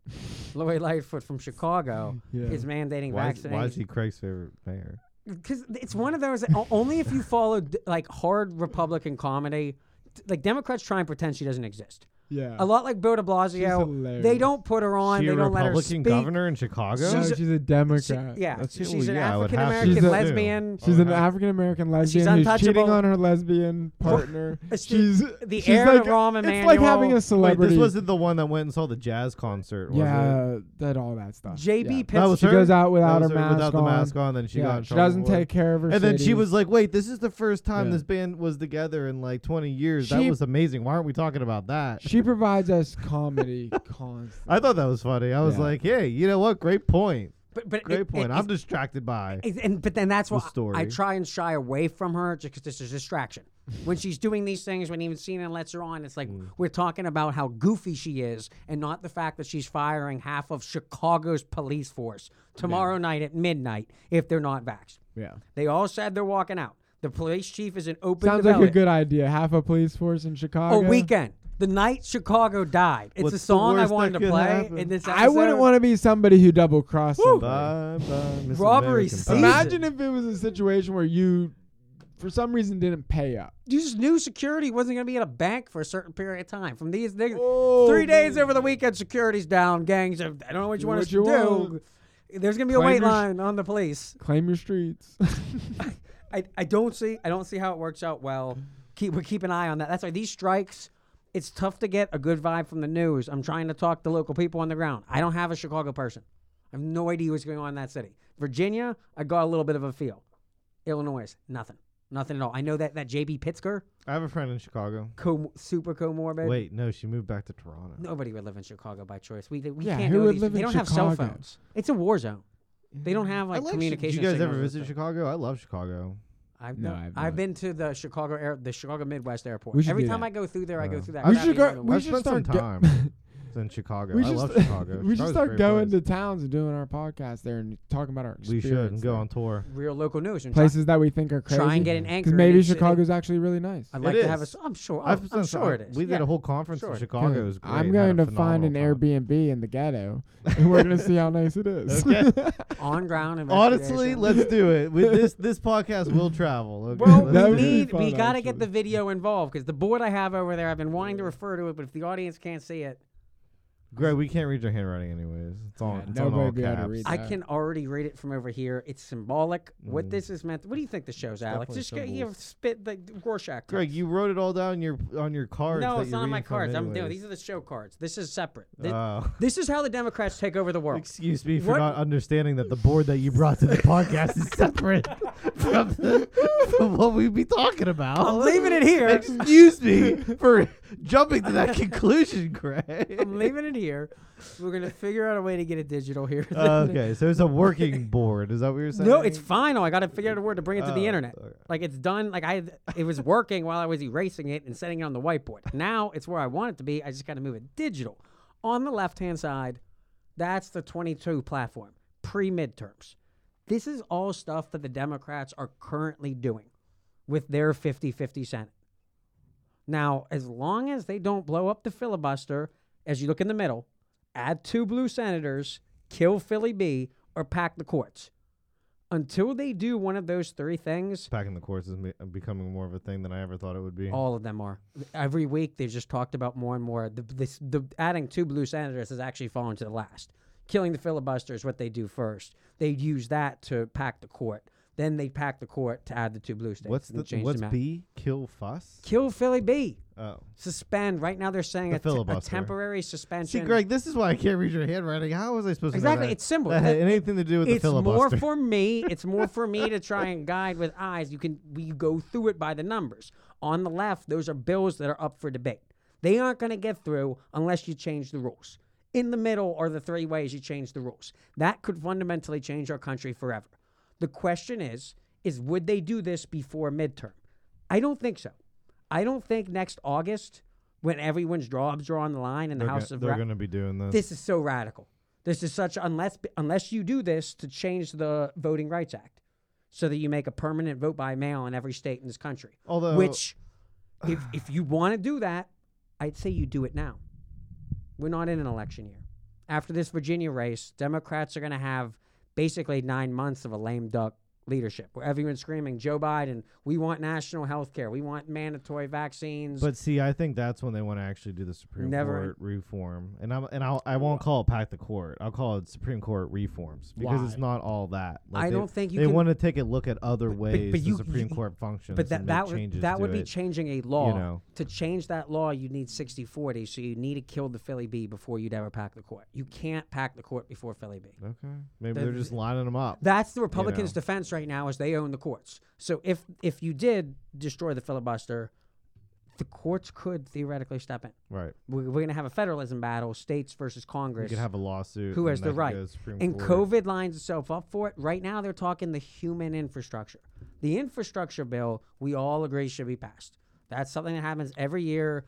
Lori Lightfoot from Chicago, Yeah. is mandating why is, why is vaccination he Craig's favorite mayor? because it's one of those o- only if you follow d- like hard Republican comedy. t- Like Democrats try and pretend she doesn't exist. Yeah. A lot like Bill De Blasio, hilarious. they don't put her on. she they a don't let her Republican speak. governor in Chicago. No, She's she's, a- a She- Democrat. yeah, That's- well, she's an yeah, I would African have to. She's American a- lesbian. She's an yeah. African American lesbian who's cheating untouchable. on her lesbian partner. It's the- she's the she's heir to like, Rahm It's like having Emanuel. a Wait, celebrity. this wasn't the one that went and saw the jazz concert, was it? yeah, that all that stuff. JB yeah. That Pence- was She her? goes out without That was her mask without on. the mask on, then she Yeah, got in she trouble doesn't for it. take care of her. And then she cities. was like, "Wait, this is the first time Yeah. this band was together in like 20 years. that She- was amazing. Why aren't we talking about that?" She provides us comedy constantly. I thought that was funny. I was Yeah. like, "Hey, you know what? Great point. But, but it- Great it- point. it's- I'm distracted by." Ex- And but then that's the why I, I story. try and shy away from her just because this is distraction. when she's doing these things, when even CNN lets her on, it's like we're talking about how goofy she is, and not the fact that she's firing half of Chicago's police force tomorrow night at midnight if they're not vaxxed. Yeah. They all said they're walking out. The police chief is an open. Sounds like a development. good idea. Half a police force in Chicago. a weekend. The night Chicago died. It's What's a the song I worst wanted that to could play happen? in this. I wouldn't episode. want to be somebody who double crossed somebody. Bye, bye, Miss Robbery American Pie. season. Imagine if it was a situation where you, for some reason, didn't pay up. you just knew security wasn't going to be at a bank for a certain period of time. From these niggas, Oh, three days man. over the weekend, security's down. Gangs, are, I don't know what you Do want what us to you do. There's going to be a Claim wait your sh- line on the police. Claim your streets. I, I don't see I don't see how it works out well. Keep we keep an eye on that. That's why these strikes. It's tough to get a good vibe from the news. I'm trying to talk to local people on the ground. I don't have a Chicago person. I have no idea what's going on in that city. Virginia, I got a little bit of a feel. Illinois, nothing, nothing at all. I know that that JB Pitzker, I have a friend in Chicago. co- super comorbid. Wait, no, she moved back to Toronto. Nobody would live in Chicago by choice. We, we Yeah, can't who know would these. live They in don't have cell Chicago? phones. It's a war zone. They don't have like, I love Chi- Did communication. you guys ever signals and visit stuff. Chicago? I love Chicago. I've No, not- I've I've not. been to the Chicago air, the Chicago Midwest airport. We should Every do time that. I go through there, I go through that. We crappy should go- little- we I should spent some start go- time in Chicago. we I should love st- Chicago. we should Chicago's a start great going place. to towns and doing our podcast there and talking about our We experience. should and go there. on tour. real local news and try- places that we think are crazy. Try and get an 'Cause anchor in Maybe each city. Chicago's actually really nice. I'd It like to have a. is. s- I'm Oh, sure. I've I'm spent some- sure it is. We Yeah. did a whole conference Sure. in Chicago. It was great. I'm Had a going to find an phenomenal time. Airbnb in the ghetto, and we're gonna see how nice it is. Okay. on ground. Honestly, investigation. let's do it. With this this podcast will travel. Okay? Well, Let's That we would do it. be need we fun, gotta get actually. the video involved because the board I have over there, I've been wanting to refer to it, but if the audience can't see it, Greg, we can't read your handwriting anyways. It's on. Yeah, it's on nobody all be able to caps. read I that. can already read it from over here. It's symbolic. What Mm. this is meant. What do you think the show's, Alex? definitely Just get you symbols. spit the Rorschach. Greg, cups. you wrote it all down on your on your cards. No, that it's you're not on my reading from cards. I'm no. anyways. These are the show cards. This is separate. Thi- Oh. This is how the Democrats take over the world. Excuse me for What- not understanding that the board that you brought to the podcast is separate from, from what we'd be talking about. I'm leaving it here. Excuse me for jumping to that conclusion, I'm Greg. leaving it here. We're gonna figure out a way to get it digital here. okay, so it's a working board. Is that what you're saying? No, it's final. I gotta figure out a word to bring it to the Oh, internet. okay. Like it's done. Like I, it was working while I was erasing it and setting it on the whiteboard. Now it's where I want it to be. I just gotta move it digital. On the left hand side, that's the 22 platform pre midterms. This is all stuff that the Democrats are currently doing with their 50 50 Senate. Now, as long as they don't blow up the filibuster, as you look in the middle, add two blue senators, kill Philly B, or pack the courts. Until they do one of those three things, Packing the course is me- becoming more of a thing than I ever thought it would be. all of them are. Every week they've just talked about more and more. The, this, the adding two blue senators has actually fallen to the last. Killing the filibuster is what they do first. They use that to pack the court. Then they pack the court to add the two blue states. what's and the change what's them out. B? Kill fuss? Kill Philly B. Oh. Suspend. Right now they're saying The a, te- a filibuster. temporary See, suspension. Greg, this is why I can't read your handwriting. How was I supposed to know Exactly, that? it's simple. That had That- anything to do with the it's more filibuster. for me. It's more for me to try and guide with eyes. You can we go through it by the numbers. On the left, those are bills that are up for debate. They aren't going to get through unless you change the rules. In the middle are the three ways you change the rules. That could fundamentally change our country forever. The question is is would they do this before midterm? I don't think so. I don't think next August when everyone's jobs are on the line in the they're House gonna, of they're Rep- gonna be doing this. this is so radical. This is such unless unless you do this to change the Voting Rights Act, so that you make a permanent vote by mail in every state in this country. Although- which, if if you want to do that, I'd say you do it now. We're not in an election year. After this Virginia race, Democrats are going to have basically nine months of a lame duck leadership where everyone's screaming, Joe Biden, we want national health care. We want mandatory vaccines. But see, I think that's when they want to actually do the Supreme Never- Court reform, and I'm and I'll, I won't call it pack the court. I'll call it Supreme Court reforms because it's not all that. I they, don't think you they can- want to take a look at other ways but you- the Supreme you- Court functions. But that and that make would, changes that to would be it. changing a law. know. To change that law, you need 60-40, so you need to kill the Philly B before you'd ever pack the court. You can't pack the court before Philly B. Okay, maybe they're just lining them up. That's the Republicans' defense right now is they own the courts. So if if you did destroy the filibuster, the courts could theoretically step in. right, We're, we're going to have a federalism battle, states versus you Congress. could have a lawsuit. who and has that the could right. go to Supreme And Court. COVID lines itself up for it. Right now, they're talking the human infrastructure. The infrastructure bill, we all agree, should be passed. That's something that happens every year.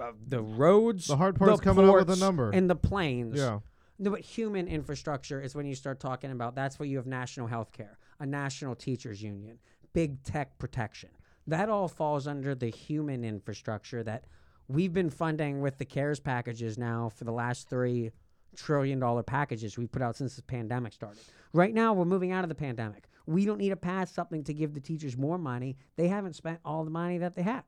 Uh, The roads, The hard part's coming up with a ports, number. and the planes. Yeah. No, but human infrastructure is when you start talking about that's where you have national health care, a national teachers union, big tech protection. That all falls under the human infrastructure that we've been funding with the CARES packages now for the last three trillion dollar packages we've put out since this pandemic started. Right now, we're moving out of the pandemic. We don't need to pass something to give the teachers more money. They haven't spent all the money that they have.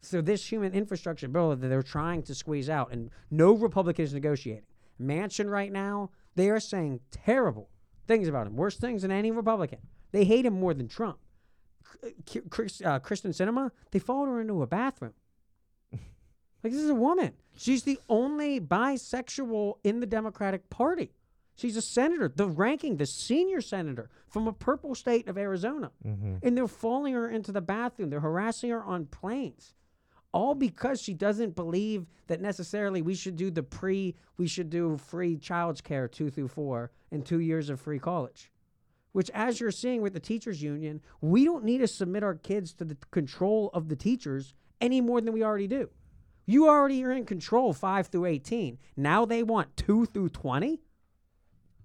So this human infrastructure bill that they're trying to squeeze out, and no Republican is negotiating. Mansion right now, they are saying terrible things about him, worse things than any Republican. They hate him more than Trump. K- Chris, uh, Kristen Cinema, they followed her into a bathroom. Like this is a woman. She's the only bisexual in the Democratic Party. She's a senator, the ranking, the senior senator from a purple state of Arizona. And they're falling her into the bathroom. They're harassing her on planes. All because she doesn't believe that necessarily we should do the pre, we should do free child's care two through four and two years of free college. Which, as you're seeing with the teachers union, we don't need to submit our kids to the control of the teachers any more than we already do. You already are in control 5 through 18. Now they want 2 through 20?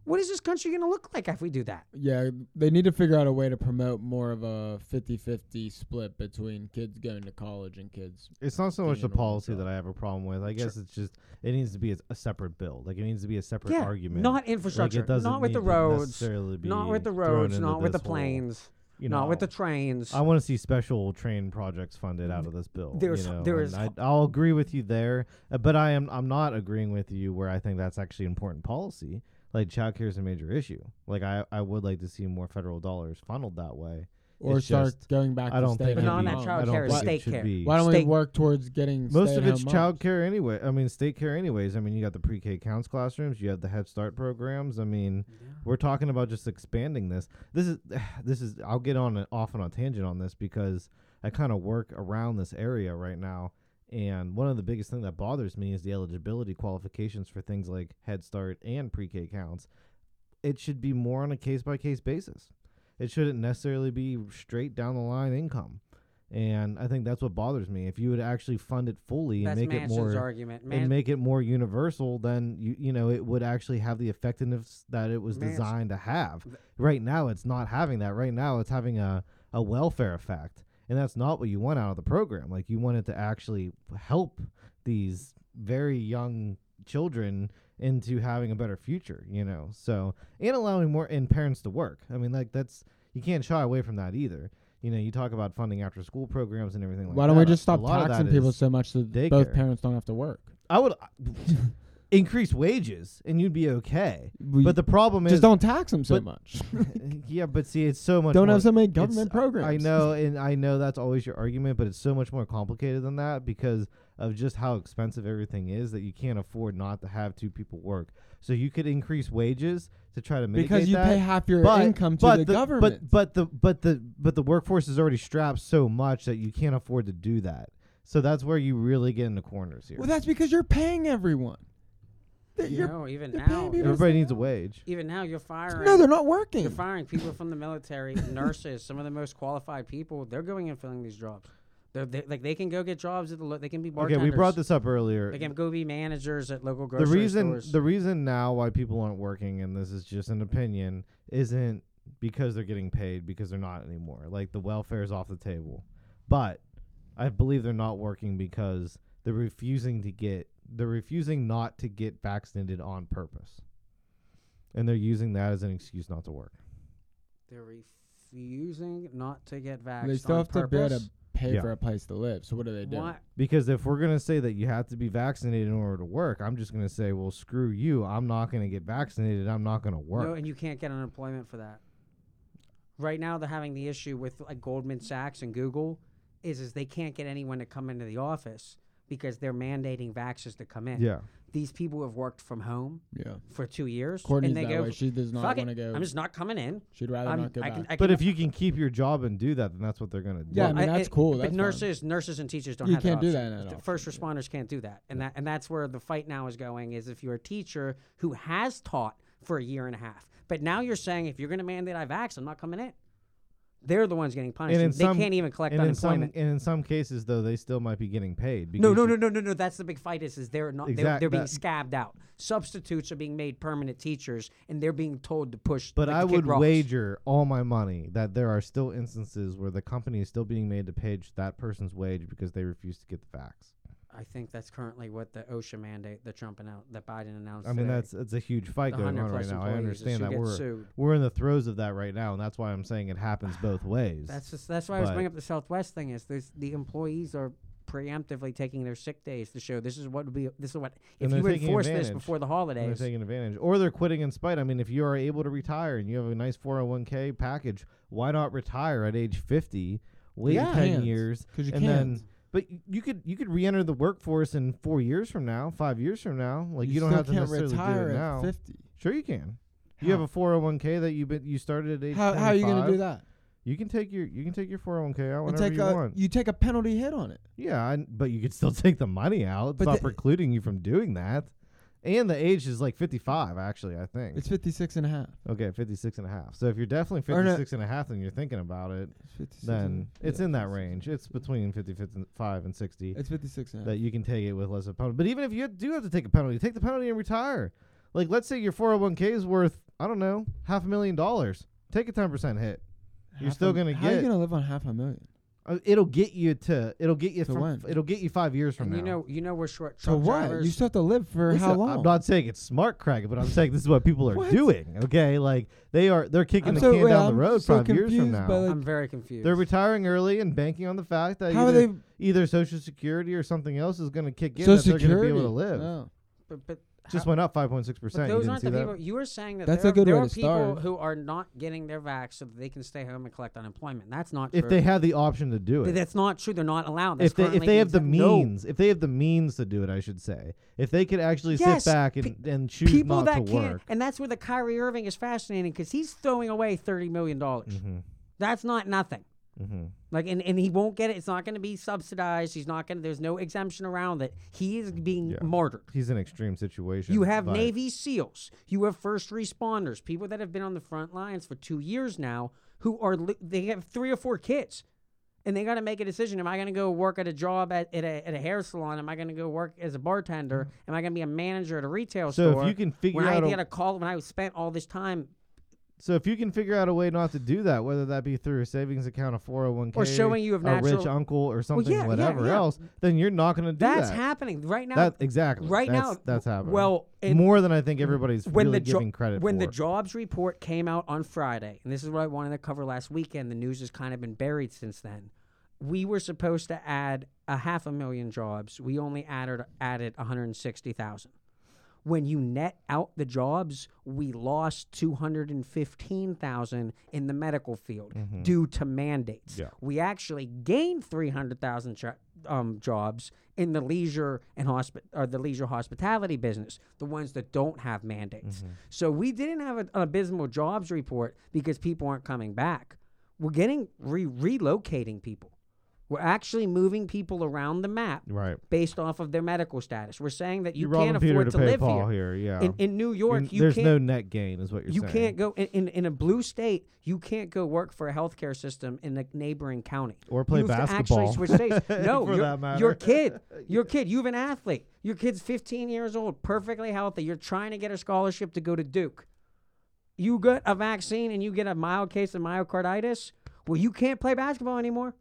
What is this country going to look like if we do that? Yeah, they need to figure out a way to promote more of a 50-50 split between kids going to college and kids. It's not so much the Thinking it'll work policy out. that I have a problem with. I guess it's just it needs to be a, a separate bill. Like it needs to be a separate Yeah, argument. not Like, it infrastructure, doesn't not with the need to roads, necessarily not be with the thrown roads, into not with the this whole- planes. you know, no, with the trains. I want to see special train projects funded out of this bill. There's- you know, there and is- I, I'll agree with you there, uh, but I am I'm not agreeing with you where I think that's actually important policy. Like child care is a major issue. Like I, I would like to see more federal dollars funneled that way. or It's start just- going back I to don't stay think. But it'd not be- on that I child don't care, think it's it state should care. be. Why don't we State- work towards getting Most of stay-at-home it's child moms? care anyway. I mean, state care anyways. I mean, you got the pre-K counts classrooms. You have the Head Start programs. I mean, we're talking about just expanding this. This is this is. I'll get on and off and on a tangent on this because I kind of work around this area right now. And one of the biggest thing that bothers me is the eligibility qualifications for things like Head Start and pre-K counts. It should be more on a case by case basis. It shouldn't necessarily be straight down the line income. And I think that's what bothers me. If you would actually fund it fully and That's make Manchin's it more argument. Man, and make it more universal, then you you know it would actually have the effectiveness that it was Manch- designed to have. Right now, it's not having that. Right now, it's having a a welfare effect, and that's not what you want out of the program. Like you want it to actually help these very young children into having a better future. You know, so and allowing more and parents to work. I mean, like that's you can't shy away from that either. You know, you talk about funding after school programs and everything like that. Why don't we A- just a stop lot of that taxing people is- so much that both daycare. parents don't have to work? I would increase wages and you'd be okay. We but the problem is just don't tax them so but- much. yeah, but see, it's so much. Don't more, have so many it's- government I- I programs. know, and I know that's always your argument, but it's so much more complicated than that because of just how expensive everything is that you can't afford not to have two people work. So you could increase wages to try to mitigate Because you that, pay half your but, income to but the government. But but the but the but the workforce is already strapped so much that you can't afford to do that. So that's where you really get into corners here. Well, that's because you're paying everyone. That you you're- know, even they're paying now, people- Everybody needs a wage. even now, you're firing. no, they're not working. You're firing people from the military, nurses, some of the most qualified people. They're going and filling these jobs. They're, they like they can go get jobs at the lo- they can be Okay, bartenders. we brought this up earlier. They can go be managers at local the grocery reason stores. the reason now why people aren't working and this is just an opinion isn't because they're getting paid because they're not anymore like the welfare is off the table but i believe they're not working because they're refusing to get they're refusing not to get vaccinated on purpose and they're using that as an excuse not to work They're refusing not to get vaccinated. they still have to be able to pay Yeah. for a place to live. So what do they do? Why? because if we're going to say that you have to be vaccinated in order to work i'm just going to say well screw you i'm not going to get vaccinated i'm not going to work No, and you can't get unemployment for that. Right now, they're having the issue with like Goldman Sachs and Google, is is they can't get anyone to come into the office because they're mandating vaxxers to come in. yeah These people have worked from home Yeah, for two years, Courtney's and they that go, way. She does not "Fuck it, want to go. I'm just not coming in. She'd rather I'm- not go I back. can, I But can, if you can keep your job and do that, then that's what they're gonna do. Yeah, I mean, that's cool, that's But fine. nurses, nurses, and teachers don't. You have that can't do option. that in that The First responders can't do that, and that and that's where the fight now is going. Is if you're a teacher who has taught for a year and a half, but now you're saying if you're going to mandate I vax, I'm not coming in. They're the ones getting punished. in and they can't even collect and In unemployment. some, and in some cases, though, they still might be getting paid. Because no, no, you- no, no, no, no. That's the big fight. Is is they're not they're, Exact- they're being that- scabbed out. Substitutes are being made permanent teachers, and they're being told to push. But like, I to kick would rocks. wager all my money that there are still instances where the company is still being made to pay that person's wage because they refuse to get the facts. I think that's currently what the OSHA mandate that Trump announced, that Biden announced. I mean, today. that's that's a huge fight The going 100 on right plus now. I employees understand who that get we're sued. we're in the throes of that right now, and that's why I'm saying it happens both ways. That's just, that's why I was But- bringing up the Southwest thing. Is there's the employees are preemptively taking their sick days to show this is what would be this is what if they're you would taking enforce this advantage. before the And holidays. They're taking advantage, or they're quitting in spite. I mean, if you are able to retire and you have a nice 401k package, why not retire at age 50, wait Yeah. 10 Can't, years, 'cause you and then. can't. But y- you could you could re-enter the workforce in four years from now, five years from now. Like you, you don't still have to can't necessarily retire do it at now. 50. Sure, you can. You have How? a 401k that you been, you started at age. How, how are you going to 25. do that? You can take your you can take your 401k out And whenever take you a, want. you take a penalty hit on it. Yeah, I, but you could still take the money out. It's But not the- precluding you from doing that. And the age is like 55, actually, I think. It's 56 and a half. okay, 56 and a half. So if you're definitely Or no- 56 and a half and you're thinking about it, It's 56 then and- it's yeah, in that 56. range. It's between 55 and 60 It's 56 and a half. that you can take it with less of a penalty. But even if you do have to take a penalty, take the penalty and retire. Like, let's say your 401k is worth, I don't know, half a million dollars. Take a 10% hit. You're Half still a- going to How are you get. going to live on half a million? Uh, It'll get you to. It'll get you To from. when? It'll get you five years from And you now. know, you know, we're short So truck what? drivers. You still have to live for how Listen, long? I'm not saying it's smart crack, but I'm saying this is what people are What? doing. Okay, like they are they're kicking I'm the so- can wait, down I'm the road so five years from confused now. by, like, I'm very confused. they're retiring early and banking on the fact that How are either, they- either Social Security or something else is going to kick in Social that they're going to be Security. able to live. Oh. but, but Just how- went up 5.6 percent. But You those didn't aren't see the that? people. You were saying that That's there, a good there way are to people start. who are not getting their vax so that they can stay home and collect unemployment. That's not if true. they had the option to do it. Th- that's not true. They're not allowed. That's if they if currently they have the exempt. No. means, if they have the means to do it, I should say, if they could actually Yes, sit back pe- and, and choose people not that to can't, work, and that's where the Kyrie Irving is fascinating because he's throwing away thirty million dollars. Mm-hmm. That's not nothing. Like, and, and he won't get it. It's not going to be subsidized. He's not going. to There's no exemption around it. He is being martyred. he's in extreme situation. You have but- Navy SEALs. You have first responders, people that have been on the front lines for two years now, who are li- they have three or four kids, and they got to make a decision: Am I going to go work at a job at, at, a, at a hair salon? Am I going to go work as a bartender? Am I going to be a manager at a retail Mm. So if store? you can figure when out I a- had a call when I spent all this time So if you can figure out a way not to do that, whether that be through a savings account, a four hundred one k, Or showing you have a rich natural- uncle or something, yeah, yeah, whatever yeah. else, then you're not going to do That's that. happening right now. That exactly Right That's- now- That's happening. well, and- more than I think everybody's when really the jo- giving credit. when for. the jobs report came out on Friday, and this is what I wanted to cover last weekend. The news has kind of been buried since then. We were supposed to add a half a million jobs. We only added added 160,000. When you net out the jobs, we lost 215,000 in the medical field due to mandates. Mm-hmm. Yeah. We actually gained 300,000 jo- um, jobs in the leisure and hospi- or the leisure hospitality business, the ones that don't have mandates. Mm-hmm. So we didn't have a- an abysmal jobs report because people aren't coming back. We're getting re- relocating people. We're actually moving people around the map right. based off of their medical status. We're saying that you You're can't robbing afford Peter to to, pay live Paul here. here, yeah. In, in New York, You're- you there's can't no net gain, is what you're you saying. can't go in, in, in a blue state. You can't go work for a healthcare system in a neighboring county Or play You've basketball, Actually, switch states. No, for you're, that matter. your kid, your kid, you've an athlete. Your kid's 15 years old, perfectly healthy. You're trying to get a scholarship to go to Duke. You get a vaccine and you get a mild case of myocarditis. Well, you can't play basketball anymore.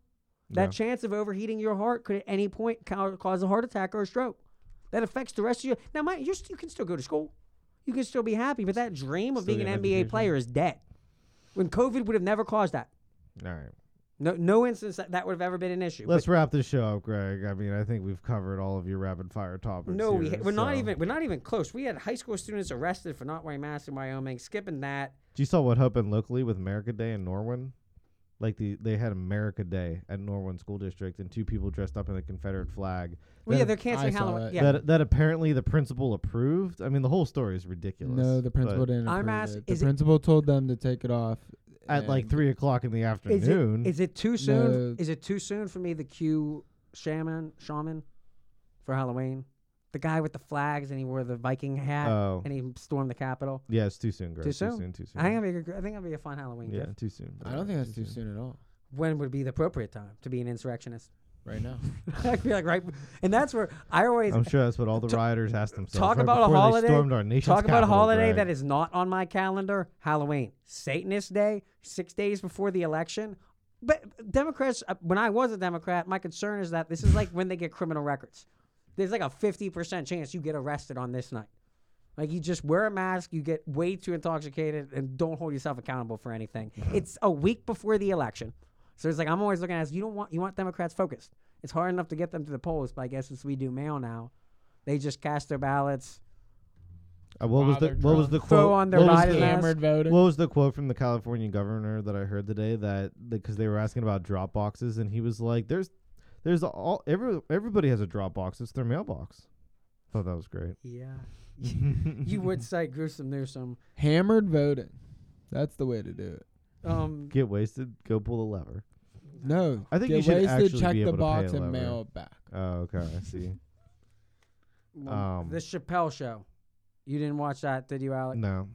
That chance of overheating your heart could at any point ca- cause a heart attack or a stroke. That affects the rest of you. Now, mind you, you're st- you can still go to school. You can still be happy, but that dream of Still being get an an NBA education. player is dead. When COVID would have never caused that. All right. No, no instance that, that would have ever been an issue. Let's wrap this show up, Greg. I mean, I think we've covered all of your rapid fire topics. But no, we, here, ha- we're not so- even we're not even close. We had high school students arrested for not wearing masks in Wyoming. Skipping that, You saw what happened locally with America Day in Norwin? Like the they had America Day at Norwin School District and two people dressed up in the Confederate flag. well, yeah, that, they're canceling saw Halloween. that. Yeah, that that apparently the principal approved. I mean the whole story is ridiculous. No, the principal but didn't. I'm approve ask- it. The is it- principal told them to take it off at like and- three o'clock in the is afternoon. it, is it too soon? No. Is it too soon for me to cue shaman shaman for Halloween? The guy with the flags and he wore the Viking hat Oh. and he stormed the Capitol. yeah, it's too soon, Greg. Too soon. Too soon. I think it'd be a, gr- I think it'd be a fun Halloween yeah, gift. too soon. I don't think that's too soon at all. When would be the appropriate time to be an insurrectionist? Right now. I feel like right, and that's where I always I'm sure that's what all the rioters asked themselves. Talk right about a before holiday. They stormed our nation's talk about a capital, holiday Greg. that is not on my calendar. Halloween, Satanist Day, six days before the election. But Democrats, uh, when I was a Democrat, my concern is that this is like when they get criminal records. There's like a fifty percent chance you get arrested on this night. Like you just wear a mask, you get way too intoxicated, and don't hold yourself accountable for anything. it's a week before the election, so it's like I'm always looking at this, you don't want you want Democrats focused. It's hard enough to get them to the polls, but I guess since we do mail now, they just cast their ballots. Uh, what was the While what was the they're quote? Throw on their what was Biden the- mask. Hammered voter. What was the quote from the California governor that I heard today that because they were asking about drop boxes and he was like, "There's, there's all every everybody has a drop box. It's their mailbox." Thought that was great. Yeah. you would say gruesome newsome. Hammered voting. That's the way to do it. Um, Get wasted, go pull the lever. No. I think get you should wasted, actually check be able the to pay box a lever. and mail it back. Oh, okay, I see. um, the Chappelle show. You didn't watch that, did you, Alec? No,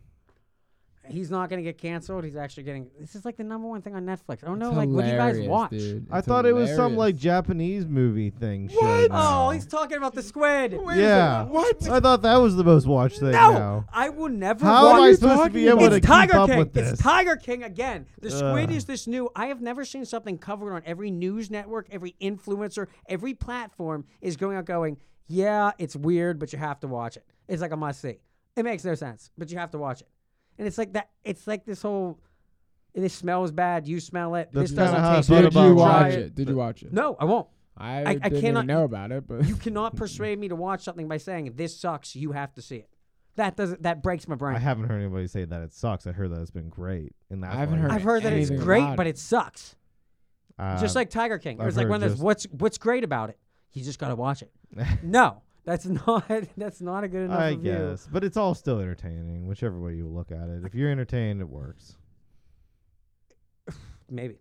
he's not going to get canceled. He's actually getting. This is like the number one thing on Netflix. I don't know, It's like, what do you guys hilarious, watch? dude. I It's thought it was some like hilarious. Japanese movie thing. What? Oh, he's talking about the squid. Wait a yeah. second, What? I thought that was the most watched thing. no, Now. I will never. How am watch I you supposed to talking be able about? to It's keep Tiger up King. with this? It's Tiger King again. The Squid Ugh. is this new. I have never seen something covered on every news network, every influencer, every platform is going out going, yeah, it's weird, but you have to watch it. It's like a must see. It makes no sense, but you have to watch it. And it's like that. It's like this whole. This smells bad. You smell it. That's this kinda doesn't how I taste felt good. Did you about try watch Ryan. it? Did you watch it? No, I won't. I, I didn't cannot- even know about it, but You cannot persuade me to watch something by saying this sucks. You have to see it. That doesn't. That breaks my brain. I haven't heard anybody say that it sucks. I heard that it's been great, and that's I haven't why- heard I've heard that it's anything great, about but it. it sucks. Uh, just like Tiger King. It I've was like heard one of those. just- What's what's great about it? You just got to watch it. no, that's not that's not a good enough I review. guess, but it's all still entertaining, whichever way you look at it. If you're entertained, it works. Maybe.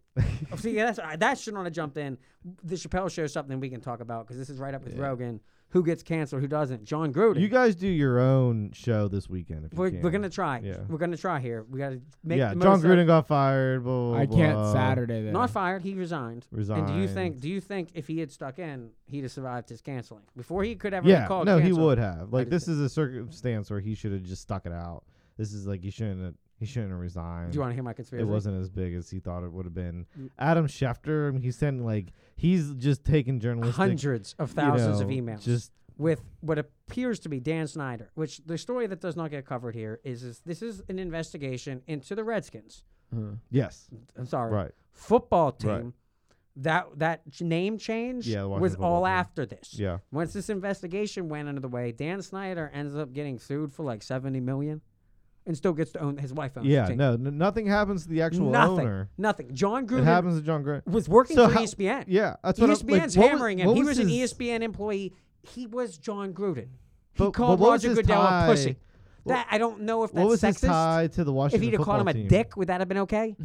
Oh, See, yeah, that's I- that should not have jumped in. The Chappelle show is something we can talk about because this is right up with Rogan. Who gets canceled? Who doesn't? John Gruden. You guys do your own show this weekend. If you we're, can. we're gonna try. Yeah. We're gonna try here. We gotta make. yeah, the John most of- Gruden got fired. Blah, blah, I can't blah. Saturday then. Not fired. He resigned. And do you think? Resigned. Do you think if he had stuck in, he'd have survived his canceling before he could ever Yeah, be called? no, he canceled? would have. Like just this is a circumstance where he should have just stuck it out. This is like he shouldn't. Have, he shouldn't have resigned. Do you want to Mm. hear my conspiracy? It wasn't as big as he thought it would have been. Adam Schefter, I mean, he's sending like he's just taking journalistic hundreds of you thousands know, of emails Just with what appears to be Dan Snyder, which the story that does not get covered here is, is this is an investigation into the Redskins. yes, I'm sorry, Right. football team. Right. That that ch- name change Yeah, the Washington was football all team. after this. Yeah. Once this investigation went under the way, Dan Snyder ends up getting sued for like seventy million, and still gets to own his wife owns. the yeah. team. No, n- nothing happens to the actual nothing, Mm-hmm. owner. nothing. John It Gruden happens to John Grant. was working So for E how- ESPN. Yeah, that's what I'm- ESPN's like, what was- hammering him. what he was was, an E his- ESPN employee. He was John Gruden. he But- called but what was Roger his Goodell tie- a pussy. what- That I don't know if that's What was sexist. his tie to the if Washington he'd have football called him a team? Mm-hmm. dick, would that have been okay?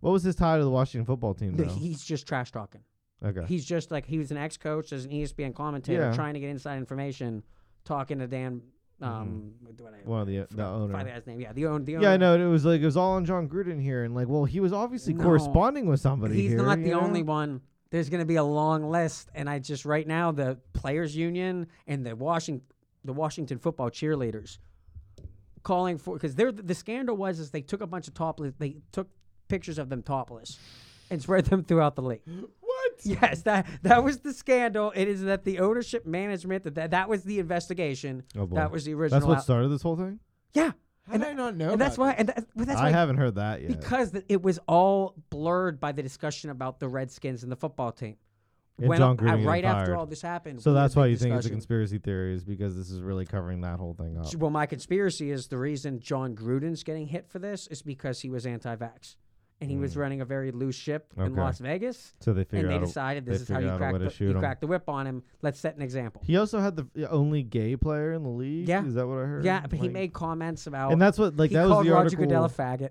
What was his tie to the Washington football team? Though? No, He's just trash talking. okay. He's just like he was an ex-coach, as an E ESPN commentator, Yeah. Mm-hmm. trying to get inside information, talking to Dan. Um, what I- One of the, the owner. find the guy's name. Yeah, the own. The Yeah, I owner. know. and It was like it was all on John Gruden here, and like, well, he was obviously No. corresponding with somebody. He's here, not you the know? only one. There's going to be a long list, and I just right now the players' union and the Washington the Washington football cheerleaders calling for because they're the scandal was is they took a bunch of topless they took pictures of them topless and spread them throughout the league. What? Yes, that that was the scandal. It is that the ownership management that that, that was the investigation. Oh, boy. that was the original. That's what out- started this whole thing. yeah, How did I not know? and that's about why and that, but that's I why haven't heard that yet. because th- it was all blurred by the discussion about the Redskins and the football team. And when John uh, Gruden right getting after fired. all this happened. So we had that's a big why you think it's a discussion. conspiracy theory is because this is really covering that whole thing up. Well, my conspiracy is the reason John Gruden's getting hit for this is because he was anti-vax, and he was running a very loose ship in Mm. Okay. Las Vegas. So they figured and they out a- decided they this is how figured you out a crack way to the, shoot you him. crack the whip on him. Let's set an example. He also had the the only gay player in the league. Yeah. is that what I heard? yeah, but he Like- made comments about And that's what like he that was called the Roger article. Goodell a faggot.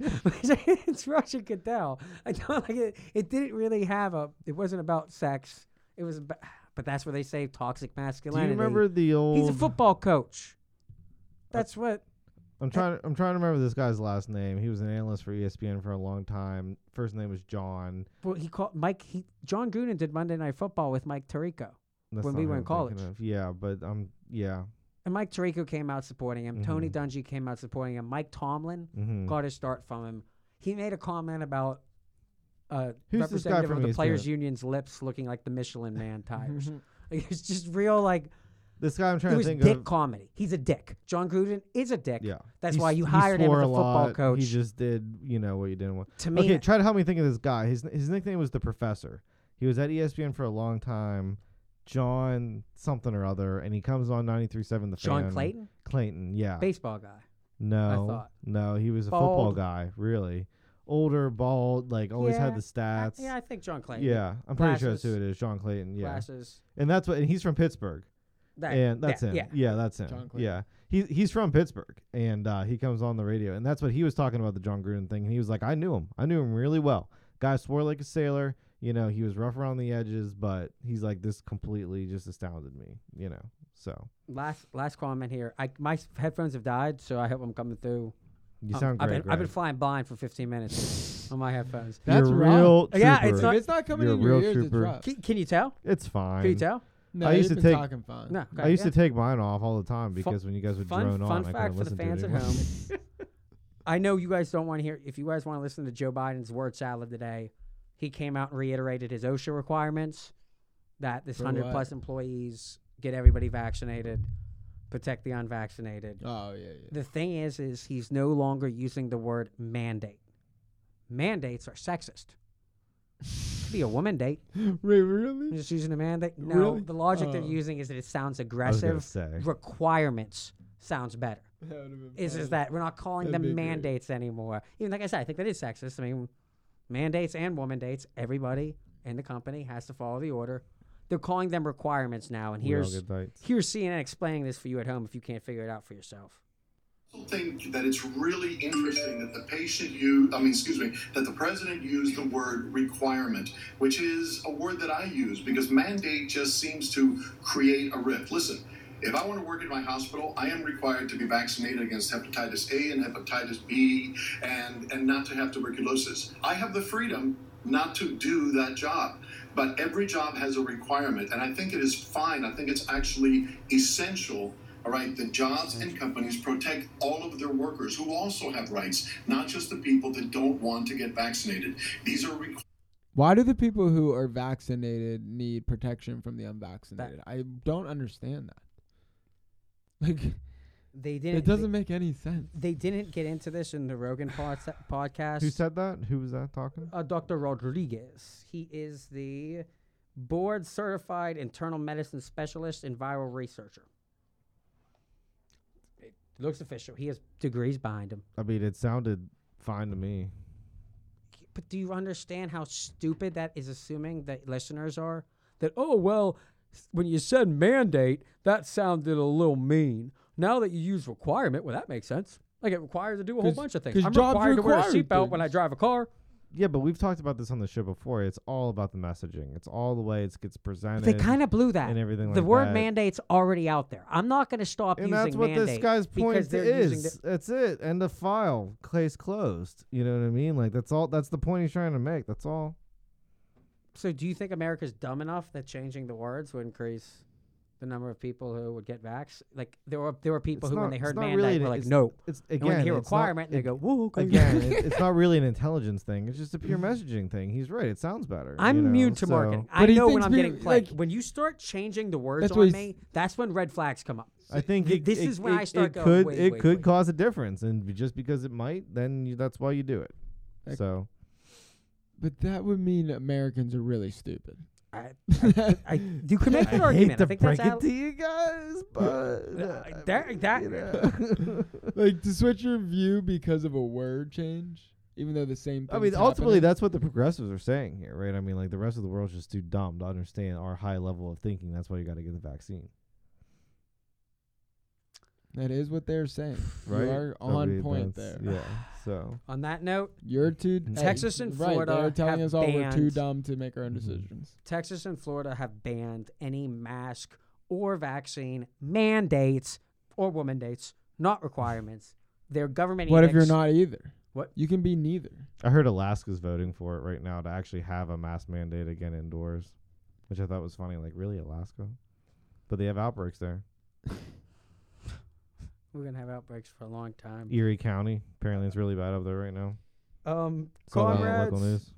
it's Roger Goodell. I don't like it. It didn't really have a. It wasn't about sex. It was, about, but that's where they say toxic Do you masculinity. remember the old? Uh, He's a football coach. That's what. I'm trying. I'm trying to remember this guy's last name. He was an analyst for E ESPN for a long time. First name was John. Well, he called Mike. He, John Gruden did Monday Night Football with Mike Tirico, That's When not we who were I'm in college. thinking of. Yeah, but um, yeah. and Mike Tirico came out supporting him. Tony Mm-hmm. Dungy came out supporting him. Mike Tomlin Mhm. got his start from him. He made a comment about. Uh, Who's this guy representative from E of the East players' End? union's lips looking like the Michelin Man tires. like, it's just real, like This guy I'm trying It to was think dick of. comedy. He's a dick. John Gruden is a dick. Yeah, That's He why s- you he hired him as swore a football lot. coach. He just did, you know, what you didn't want. To me- okay, try to help me think of this guy. His his nickname was the Professor. He was at E ESPN for a long time, John something or other, and he comes on 93.7 The John Fan. Clayton? Clayton, yeah. Baseball guy. no, thought. no, he was a football Bald. guy, really. Older, bald, like always had Yeah, the stats. yeah, I think John Clayton. Yeah, I'm pretty sure that's who it Glasses. is, John Clayton. Yeah, Glasses. and that's what, and he's from Pittsburgh. That, and that's that- him. Yeah. Yeah, that's him. John Clayton. yeah, he he's from Pittsburgh, and uh, he comes on the radio, and that's what he was talking about the John Gruden thing. And he was like, I knew him, I knew him really well. Guy swore like a sailor. You know, he was rough around the edges, but he's like this completely just astounded me. You know, so Last last comment here. I my s- headphones have died, so I hope I'm coming through You Oh, sound I've great. been, I've been flying blind for 15 minutes on my headphones. That's You're a wrong. real Yeah, it's trooper. not- If it's not coming You're in a your real ears, trooper. it's rough. Can, can you tell? It's fine. Can you tell? No, I he's used to been take- talking fine. No. I okay, used yeah. to take mine off all the time because when you guys would fun, drone on, fun I fact couldn't for the listen fans to at it. home. I know you guys don't want to hear. If you guys want to listen to Joe Biden's word salad today, he came out and reiterated his OSHA requirements that this For hundred what? plus employees get everybody vaccinated, protect the unvaccinated. Oh yeah, yeah. The thing is, is he's no longer using the word mandate. Mandates are sexist. Could be a woman date. Wait, You're really? just using a mandate. No, Really? the logic they're Oh. using is that it sounds was gonna aggressive. say. Requirements sounds better That would've been is funny. is that we're not calling That'd be them great. mandates anymore. Even like I said, I think that is sexist. I mean, mandates and woman dates. Everybody in the company has to follow the order. They're calling them requirements now. And We all here's get dates. here's CNN explaining this for you at home if you can't figure it out for yourself. think that it's really interesting that the patient used, I mean, excuse me, that the president used the word requirement, which is a word that I use because mandate just seems to create a rift. Listen, if I want to work at my hospital, I am required to be vaccinated against hepatitis A and hepatitis B and, and not to have tuberculosis. I have the freedom not to do that job. But every job has a requirement, and I think it is fine. I think it's actually essential all right, the jobs and companies protect all of their workers who also have rights, not just the people that don't want to get vaccinated. These are requ- Why do the people who are vaccinated need protection from the unvaccinated? I don't understand that. Like They didn't. it doesn't make any sense. They, didn't get into this in the Rogan pod- podcast. Who said that? Who was that talking? uh, Dr. Rodriguez. He is the board certified internal medicine specialist and viral researcher. It looks official. He has degrees behind him. I mean, it sounded fine to me. But do you understand how stupid that is assuming that listeners are? That, oh, well, s- when you said mandate, that sounded a little mean. Now that you use requirement, well, that makes sense. Like it requires to do a whole 'Cause- bunch of things. 'cause I'm jobs required to wear a require seatbelt when I things. drive a car. Yeah, but we've talked about this on the show before. It's all about the messaging. It's all the way it gets presented. They kind of blew that. and everything the like word that. mandate's already out there. I'm not going to stop And using that's what mandate this guy's because point they're using is. the- That's it. End of file. Case closed. You know what I mean? Like that's all. That's the point he's trying to make. That's all. so do you think America's dumb enough that changing the words would increase the number of people who would get vax? Like there were there were people It's who when not- they it's heard not mandate really an- were like it's- no. It's and again. when they hear it's not- requirement, they it- go woo. okay." Again, it, it's not really an intelligence thing. It's just a pure messaging thing. He's right. It sounds better. I'm you know, immune to so- marketing. I But he know when thinks I'm getting we- played. like- when you start changing the words That's what on he's- me, that's when red flags come up. I think th- it, this it- is when I it- start it going, could wait, it wait, could wait. cause a difference, and just because it might, then you, that's why you do it. Like- So But that would mean Americans are really stupid. I, I, I, you can make I that hate argument. to I think break that's it to you guys, but Uh, that- that- you know. like to switch your view because of a word change, even though the same. I mean, thing's ultimately, happening. that's what the progressives are saying here, right? I mean, like the rest of the world's just too dumb to understand our high level of thinking. That's why you got to get the vaccine. that is what they're saying. Right? You are I on mean, point that's- there. Yeah. So on that note. You're too hey, Texas and right, Florida They're telling have us all we're too banned- dumb to make our own Mm-hmm. decisions. Texas and Florida have banned any mask or vaccine mandates or woman dates, not requirements. Their government. What if you're edicts- not either? What? You can be neither. I heard Alaska's voting for it right now to actually have a mask mandate again indoors, which I thought was funny. Like, really, Alaska? But they have outbreaks there. We're gonna have outbreaks for a long time. Erie County, apparently, it's really bad up there right now. Um, Saw that on the local comrades. news.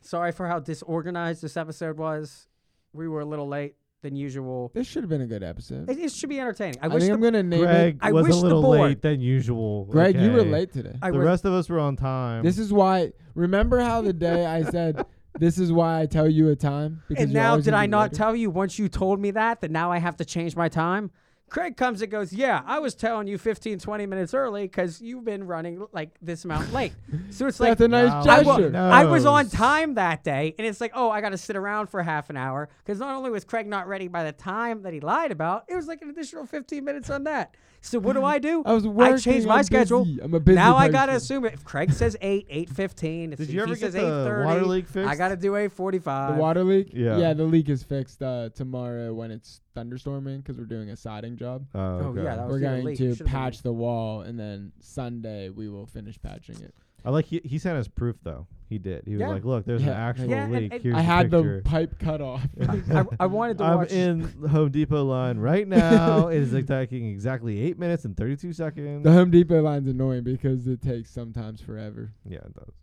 Sorry for how disorganized this episode was. We were a little late than usual. This should have been a good episode. It, it should be entertaining. I, I, wish. think The, I'm gonna name Greg it. I was wish a the little board- late than usual. Greg, you were okay? late today. I the was- rest of us were on time. this is why. Remember how the day I said, "This is why I tell you a time." Because and you're now always did gonna I be not later? tell you once you told me that that now I have to change my time? Craig comes and goes, "Yeah, I was telling you 15 20 minutes early cuz you've been running like this amount late." So it's like That's a nice No, I, wa- wa- gesture. no. I was on knows. time that day, and it's like, oh, I got to sit around for half an hour because not only was Craig not ready by the time that he lied about, it was like an additional 15 minutes on that. So what do I do? I was working. I changed my I'm schedule. busy. I'm a busy now I gotta person. assume it. If Craig says eight, eight fifteen. If Did he- you if ever he get says the eight thirty, water leak I fixed? gotta do eight forty The five. water leak? Yeah. Yeah, the leak is fixed uh, tomorrow when it's thunderstorming because we're doing a siding job. Oh, Oh, God. yeah, that was We're the going leak. to Should've been patch the wall, and then Sunday we will finish patching it. I like he, he sent us proof though. He did. He was Yeah. like, "Look, there's an Yeah. actual Yeah, and- leak. and- Here's I had the the picture. pipe cut off. I, I wanted to I'm watch. in the Home Depot line right now. it is attacking exactly eight minutes and 32 seconds. the Home Depot line's annoying because it takes sometimes forever. yeah, it does.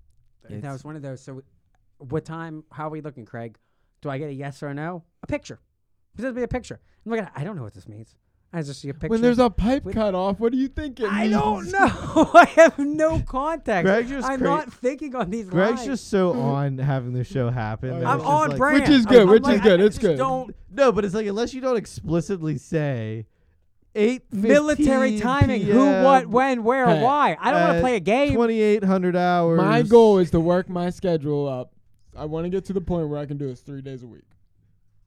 that was one of those. So, we- what time? How are we looking, Craig? Do I get a yes or a no? A picture. It says be a picture. I'm looking. at it, I don't know what this means. I just see a picture. When there's a pipe With- cut off, what do you think it I means? don't know. I have no context. Greg just I'm cra- not thinking on these Greg's lines. just so on having the show happen. I'm that Hmm. I'm it's just on like- brand. Which is I'm- good, I'm which is like, I- good, I it's just good. Don't No, but it's like unless you don't explicitly say eight military timing. Who, what, when, where, Hey, uh, why? I don't want to play a game. 2800 hours. My goal is to work my schedule up. I want to get to the point where I can do this three days a week.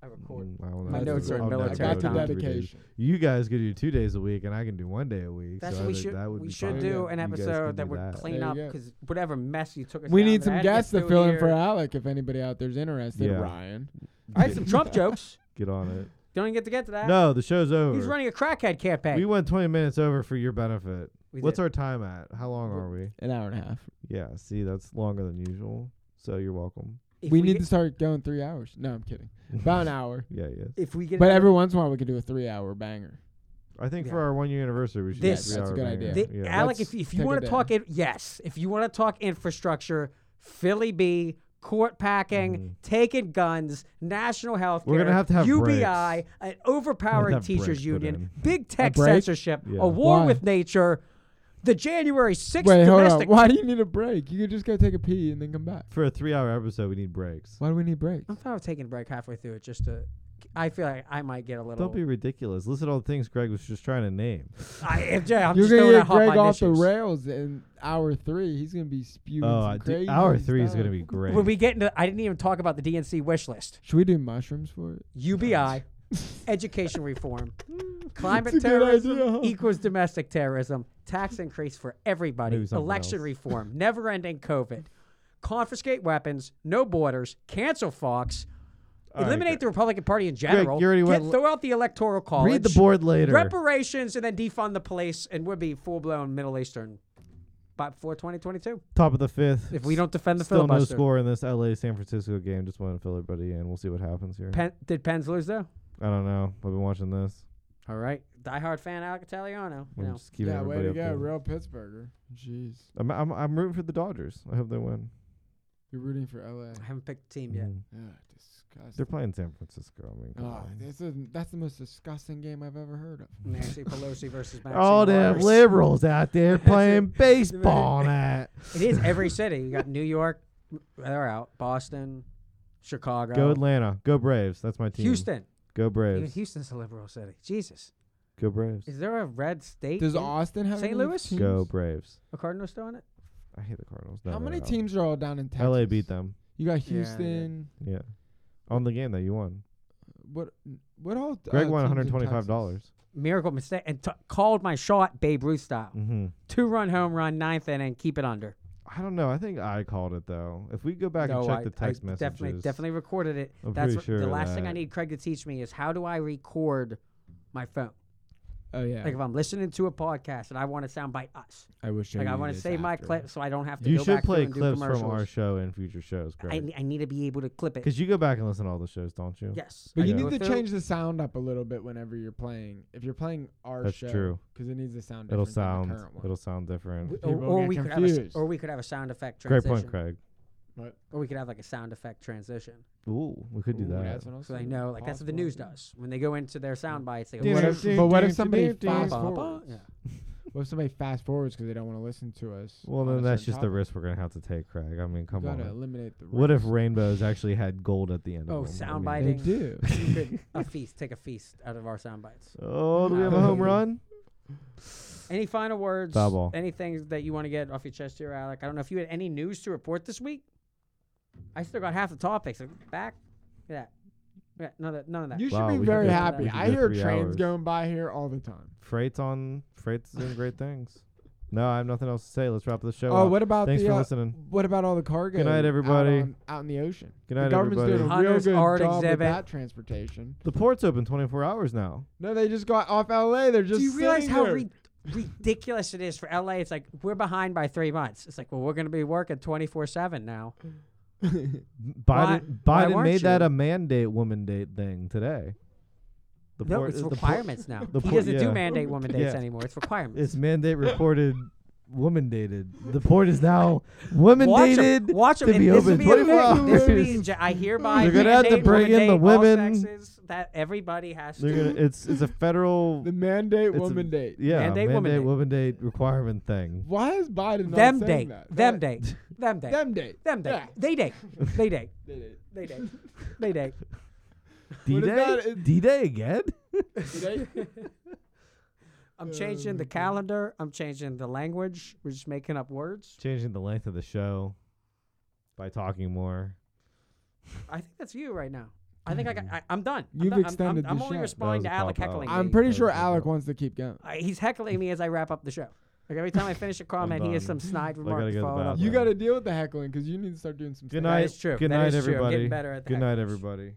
I record. Mm, I don't My know. notes are in I'll never military do it time. three days. Dedication. You guys could do two days a week, and I can do one day a week. That's so what we I think should. That would We be should fine. do an You guys episode can that do would clean There you up go. because whatever mess you took us. We down need that I some had get guests to through fill in for here. Alec if anybody out there's interested. Yeah. Ryan. I had some Trump jokes. Get on it. Don't even get to get to that. No, the show's over. He's running a crackhead campaign. We went 20 minutes over for your benefit. We What's did. our time at? How long are we? An hour and a half. Yeah, see, that's longer than usual. So you're welcome. If we need get- to start going three hours. No, I'm kidding. About an hour. Yeah, yeah. If we get But another- every once in a while we could do a three hour banger. I think Yeah. for our one year anniversary, we should. This- do That's a three-hour good banger. idea. Th- Yeah. Alec, Let's if, if take you it want to down. talk it, yes. If you want to talk infrastructure, Philly B, court packing, Mm-hmm. taking guns, national health We're gonna have to have UBI, an overpowering have breaks teachers put union, in. big tech break? censorship, Yeah. a war Why? with nature, the January 6th Wait, hold on. domestic. Why do you need a break? You could just go take a pee and then come back. For a three hour episode, we need breaks. Why do we need breaks? I'm thought of taking a break halfway through it just to. I feel like I might get a little. Don't be ridiculous. Listen to all the things Greg was just trying to name. I, if, yeah, I'm You're just gonna throwing get out hot Greg button off the issues. rails in hour three. He's gonna be spewing Oh, some I crazy do- hour three is stuff. going to be great. When we get into, I didn't even talk about the DNC wish list. Should we do mushrooms for it? UBI, education reform, climate It's a good terrorism idea, huh? equals domestic terrorism, tax increase for everybody, Maybe something election else. reform, never ending COVID, confiscate weapons, no borders, cancel Fox, All right, eliminate the Republican Party in you general, already get- went- throw out the Electoral College, Read the board later. reparations, and then defund the police, and would be full blown Middle Eastern. But for 2022, Top of the fifth. if we don't defend the Still no filibuster, score in this LA San Francisco game. Just want to fill everybody in. We'll see what happens here. Penn, did Pens lose though? I don't know. I've been watching this. All right, diehard fan Alec Italiano. You I'm know. just keeping yeah, way everybody to go, updated. real Pittsburgher. Jeez, I'm, I'm I'm rooting for the Dodgers. I hope they win. you're rooting for LA. I haven't picked a team yet. Mhm. Ugh, disgusting. They're playing San Francisco. I mean, come Ah, on. this is, that's the most disgusting game I've ever heard of. Nancy Pelosi versus Maxine all them Waters. liberals out there playing baseball at. It is every city. You got New York, they're out. Boston, Chicago, Go Atlanta. Go Braves. That's my team. Houston. Go Even Braves. Houston's a liberal city. Jesus, Go Braves. is there a red state? Does in- Austin have St. any Louis? Teams? Go Braves. a Cardinal still in it? I hate the Cardinals. No, How they're many out. teams are all down in Texas? LA beat them. You got yeah. Houston. Yeah. On the game that you won. What? What all? uh, Greg won one hundred $125. dollars Miracle mistake and t- called my shot Babe Ruth style. hmm Two run home run, ninth inning, keep it under. I don't know. I think I called it though. If we go back and No, check I- the text I messages, Definitely, definitely recorded it. I'm That's pretty what, sure the of last thing I that. need Craig to teach me is how do I record my phone? Oh yeah. Like if I'm listening to a podcast and I want to sound bite us. I wish. Like I want to save my clip so I don't have to you go should back play through and do clips commercials. from our show and future shows, I, Greg. ne- I need to be able to clip it. Because you go back and listen to all the shows, don't you? Yes. But I you go need to through- change the sound up a little bit whenever you're playing. If you're playing our That's show, true. because it needs to sound. It'll different than sound The current one. it'll sound different. we- Or, People or get we could have a, s- confused. or we could have a sound effect Great transition. point, Craig. Or we could have like a sound effect transition. Ooh, we could do Ooh, that. that's what I was So they thinking. know, like that's what the Possible. news does when they go into their sound bites. They go, Dude, What "Whoa, if, but what if somebody Yeah. fast bah, bah, bah." forwards? Yeah. What if somebody fast forwards because they don't want to listen to us? Well, on a then that's certain just the topic? risk we're gonna have to take, Craig. I mean, come You gotta on. eliminate the. What if risk. rainbows actually had gold at the end? Oh, of them? sound I mean- they biting. do? You could a feast, take a feast out of our sound bites. Oh, do we have a home run? Any final words? Foul ball. Anything that you want to get off your chest here, Alec? I don't know if you had any news to report this week. I still got half the topics. Like, Back, Look at that. Yeah, none of, none of that. You should Wow, we be could very go- happy. we could I go hear three trains hours. going by here all the time. Freight's on. Freight's doing great things. No, I have nothing else to say. Let's wrap the show. Oh, up. what about Thanks the, for uh, listening. What about all the cargo? Good night, everybody. Out, on- out in the ocean. Good night, the government's doing everybody. a real Hunter's good art job exhibit. with that transportation. The port's open 24 hours now. No, they just got off LA. They're just. Do you realize sitting how there. re- ridiculous it is for LA? It's like we're behind by three months. It's like, well, we're going to be working twenty four seven now. Why- Biden, why Biden weren't made that you? a mandate woman date thing today. The No, port- it's the port- requirements now. the he por- doesn't yeah. do mandate woman dates Yeah. anymore. It's requirements. It's mandate reported, woman dated. The port is now woman watch dated Them, watch 'em. to If be this would open be 24 a- This would hours. be, j- I hereby. They're gonna have to mandate bring woman in the date all women. sexes that everybody has They're to. gonna, it's it's a federal the mandate it's a- woman date. Yeah, Mandate, mandate woman date. woman date requirement thing. Why is Biden not them date. saying that? Them That- date. Them date. Them date. Them date. Yeah. They date. They date. They did. They date. They date. D What is that? day, It- D day again. Did they? Oh, I'm changing the calendar. I'm changing the language. We're just making up words. Changing the length of the show by talking more. I think that's you right now. I think I got. I, I'm done. I'm You've done. I'm- extended I'm, I'm, the only show. responding to That was a Alec cop-out. heckling me. I'm pretty Thank sure you. Alec wants to keep going. I- he's heckling me as I wrap up the show. Like every time I finish a comment, he has done. some snide I remark gotta to go to the follow it up. bathroom. You Right. got to deal with the heckling because you need to start doing some. Good stand-up. night. is true. Good That night, is true. I'm getting everybody. better at the Good night, heckles. everybody.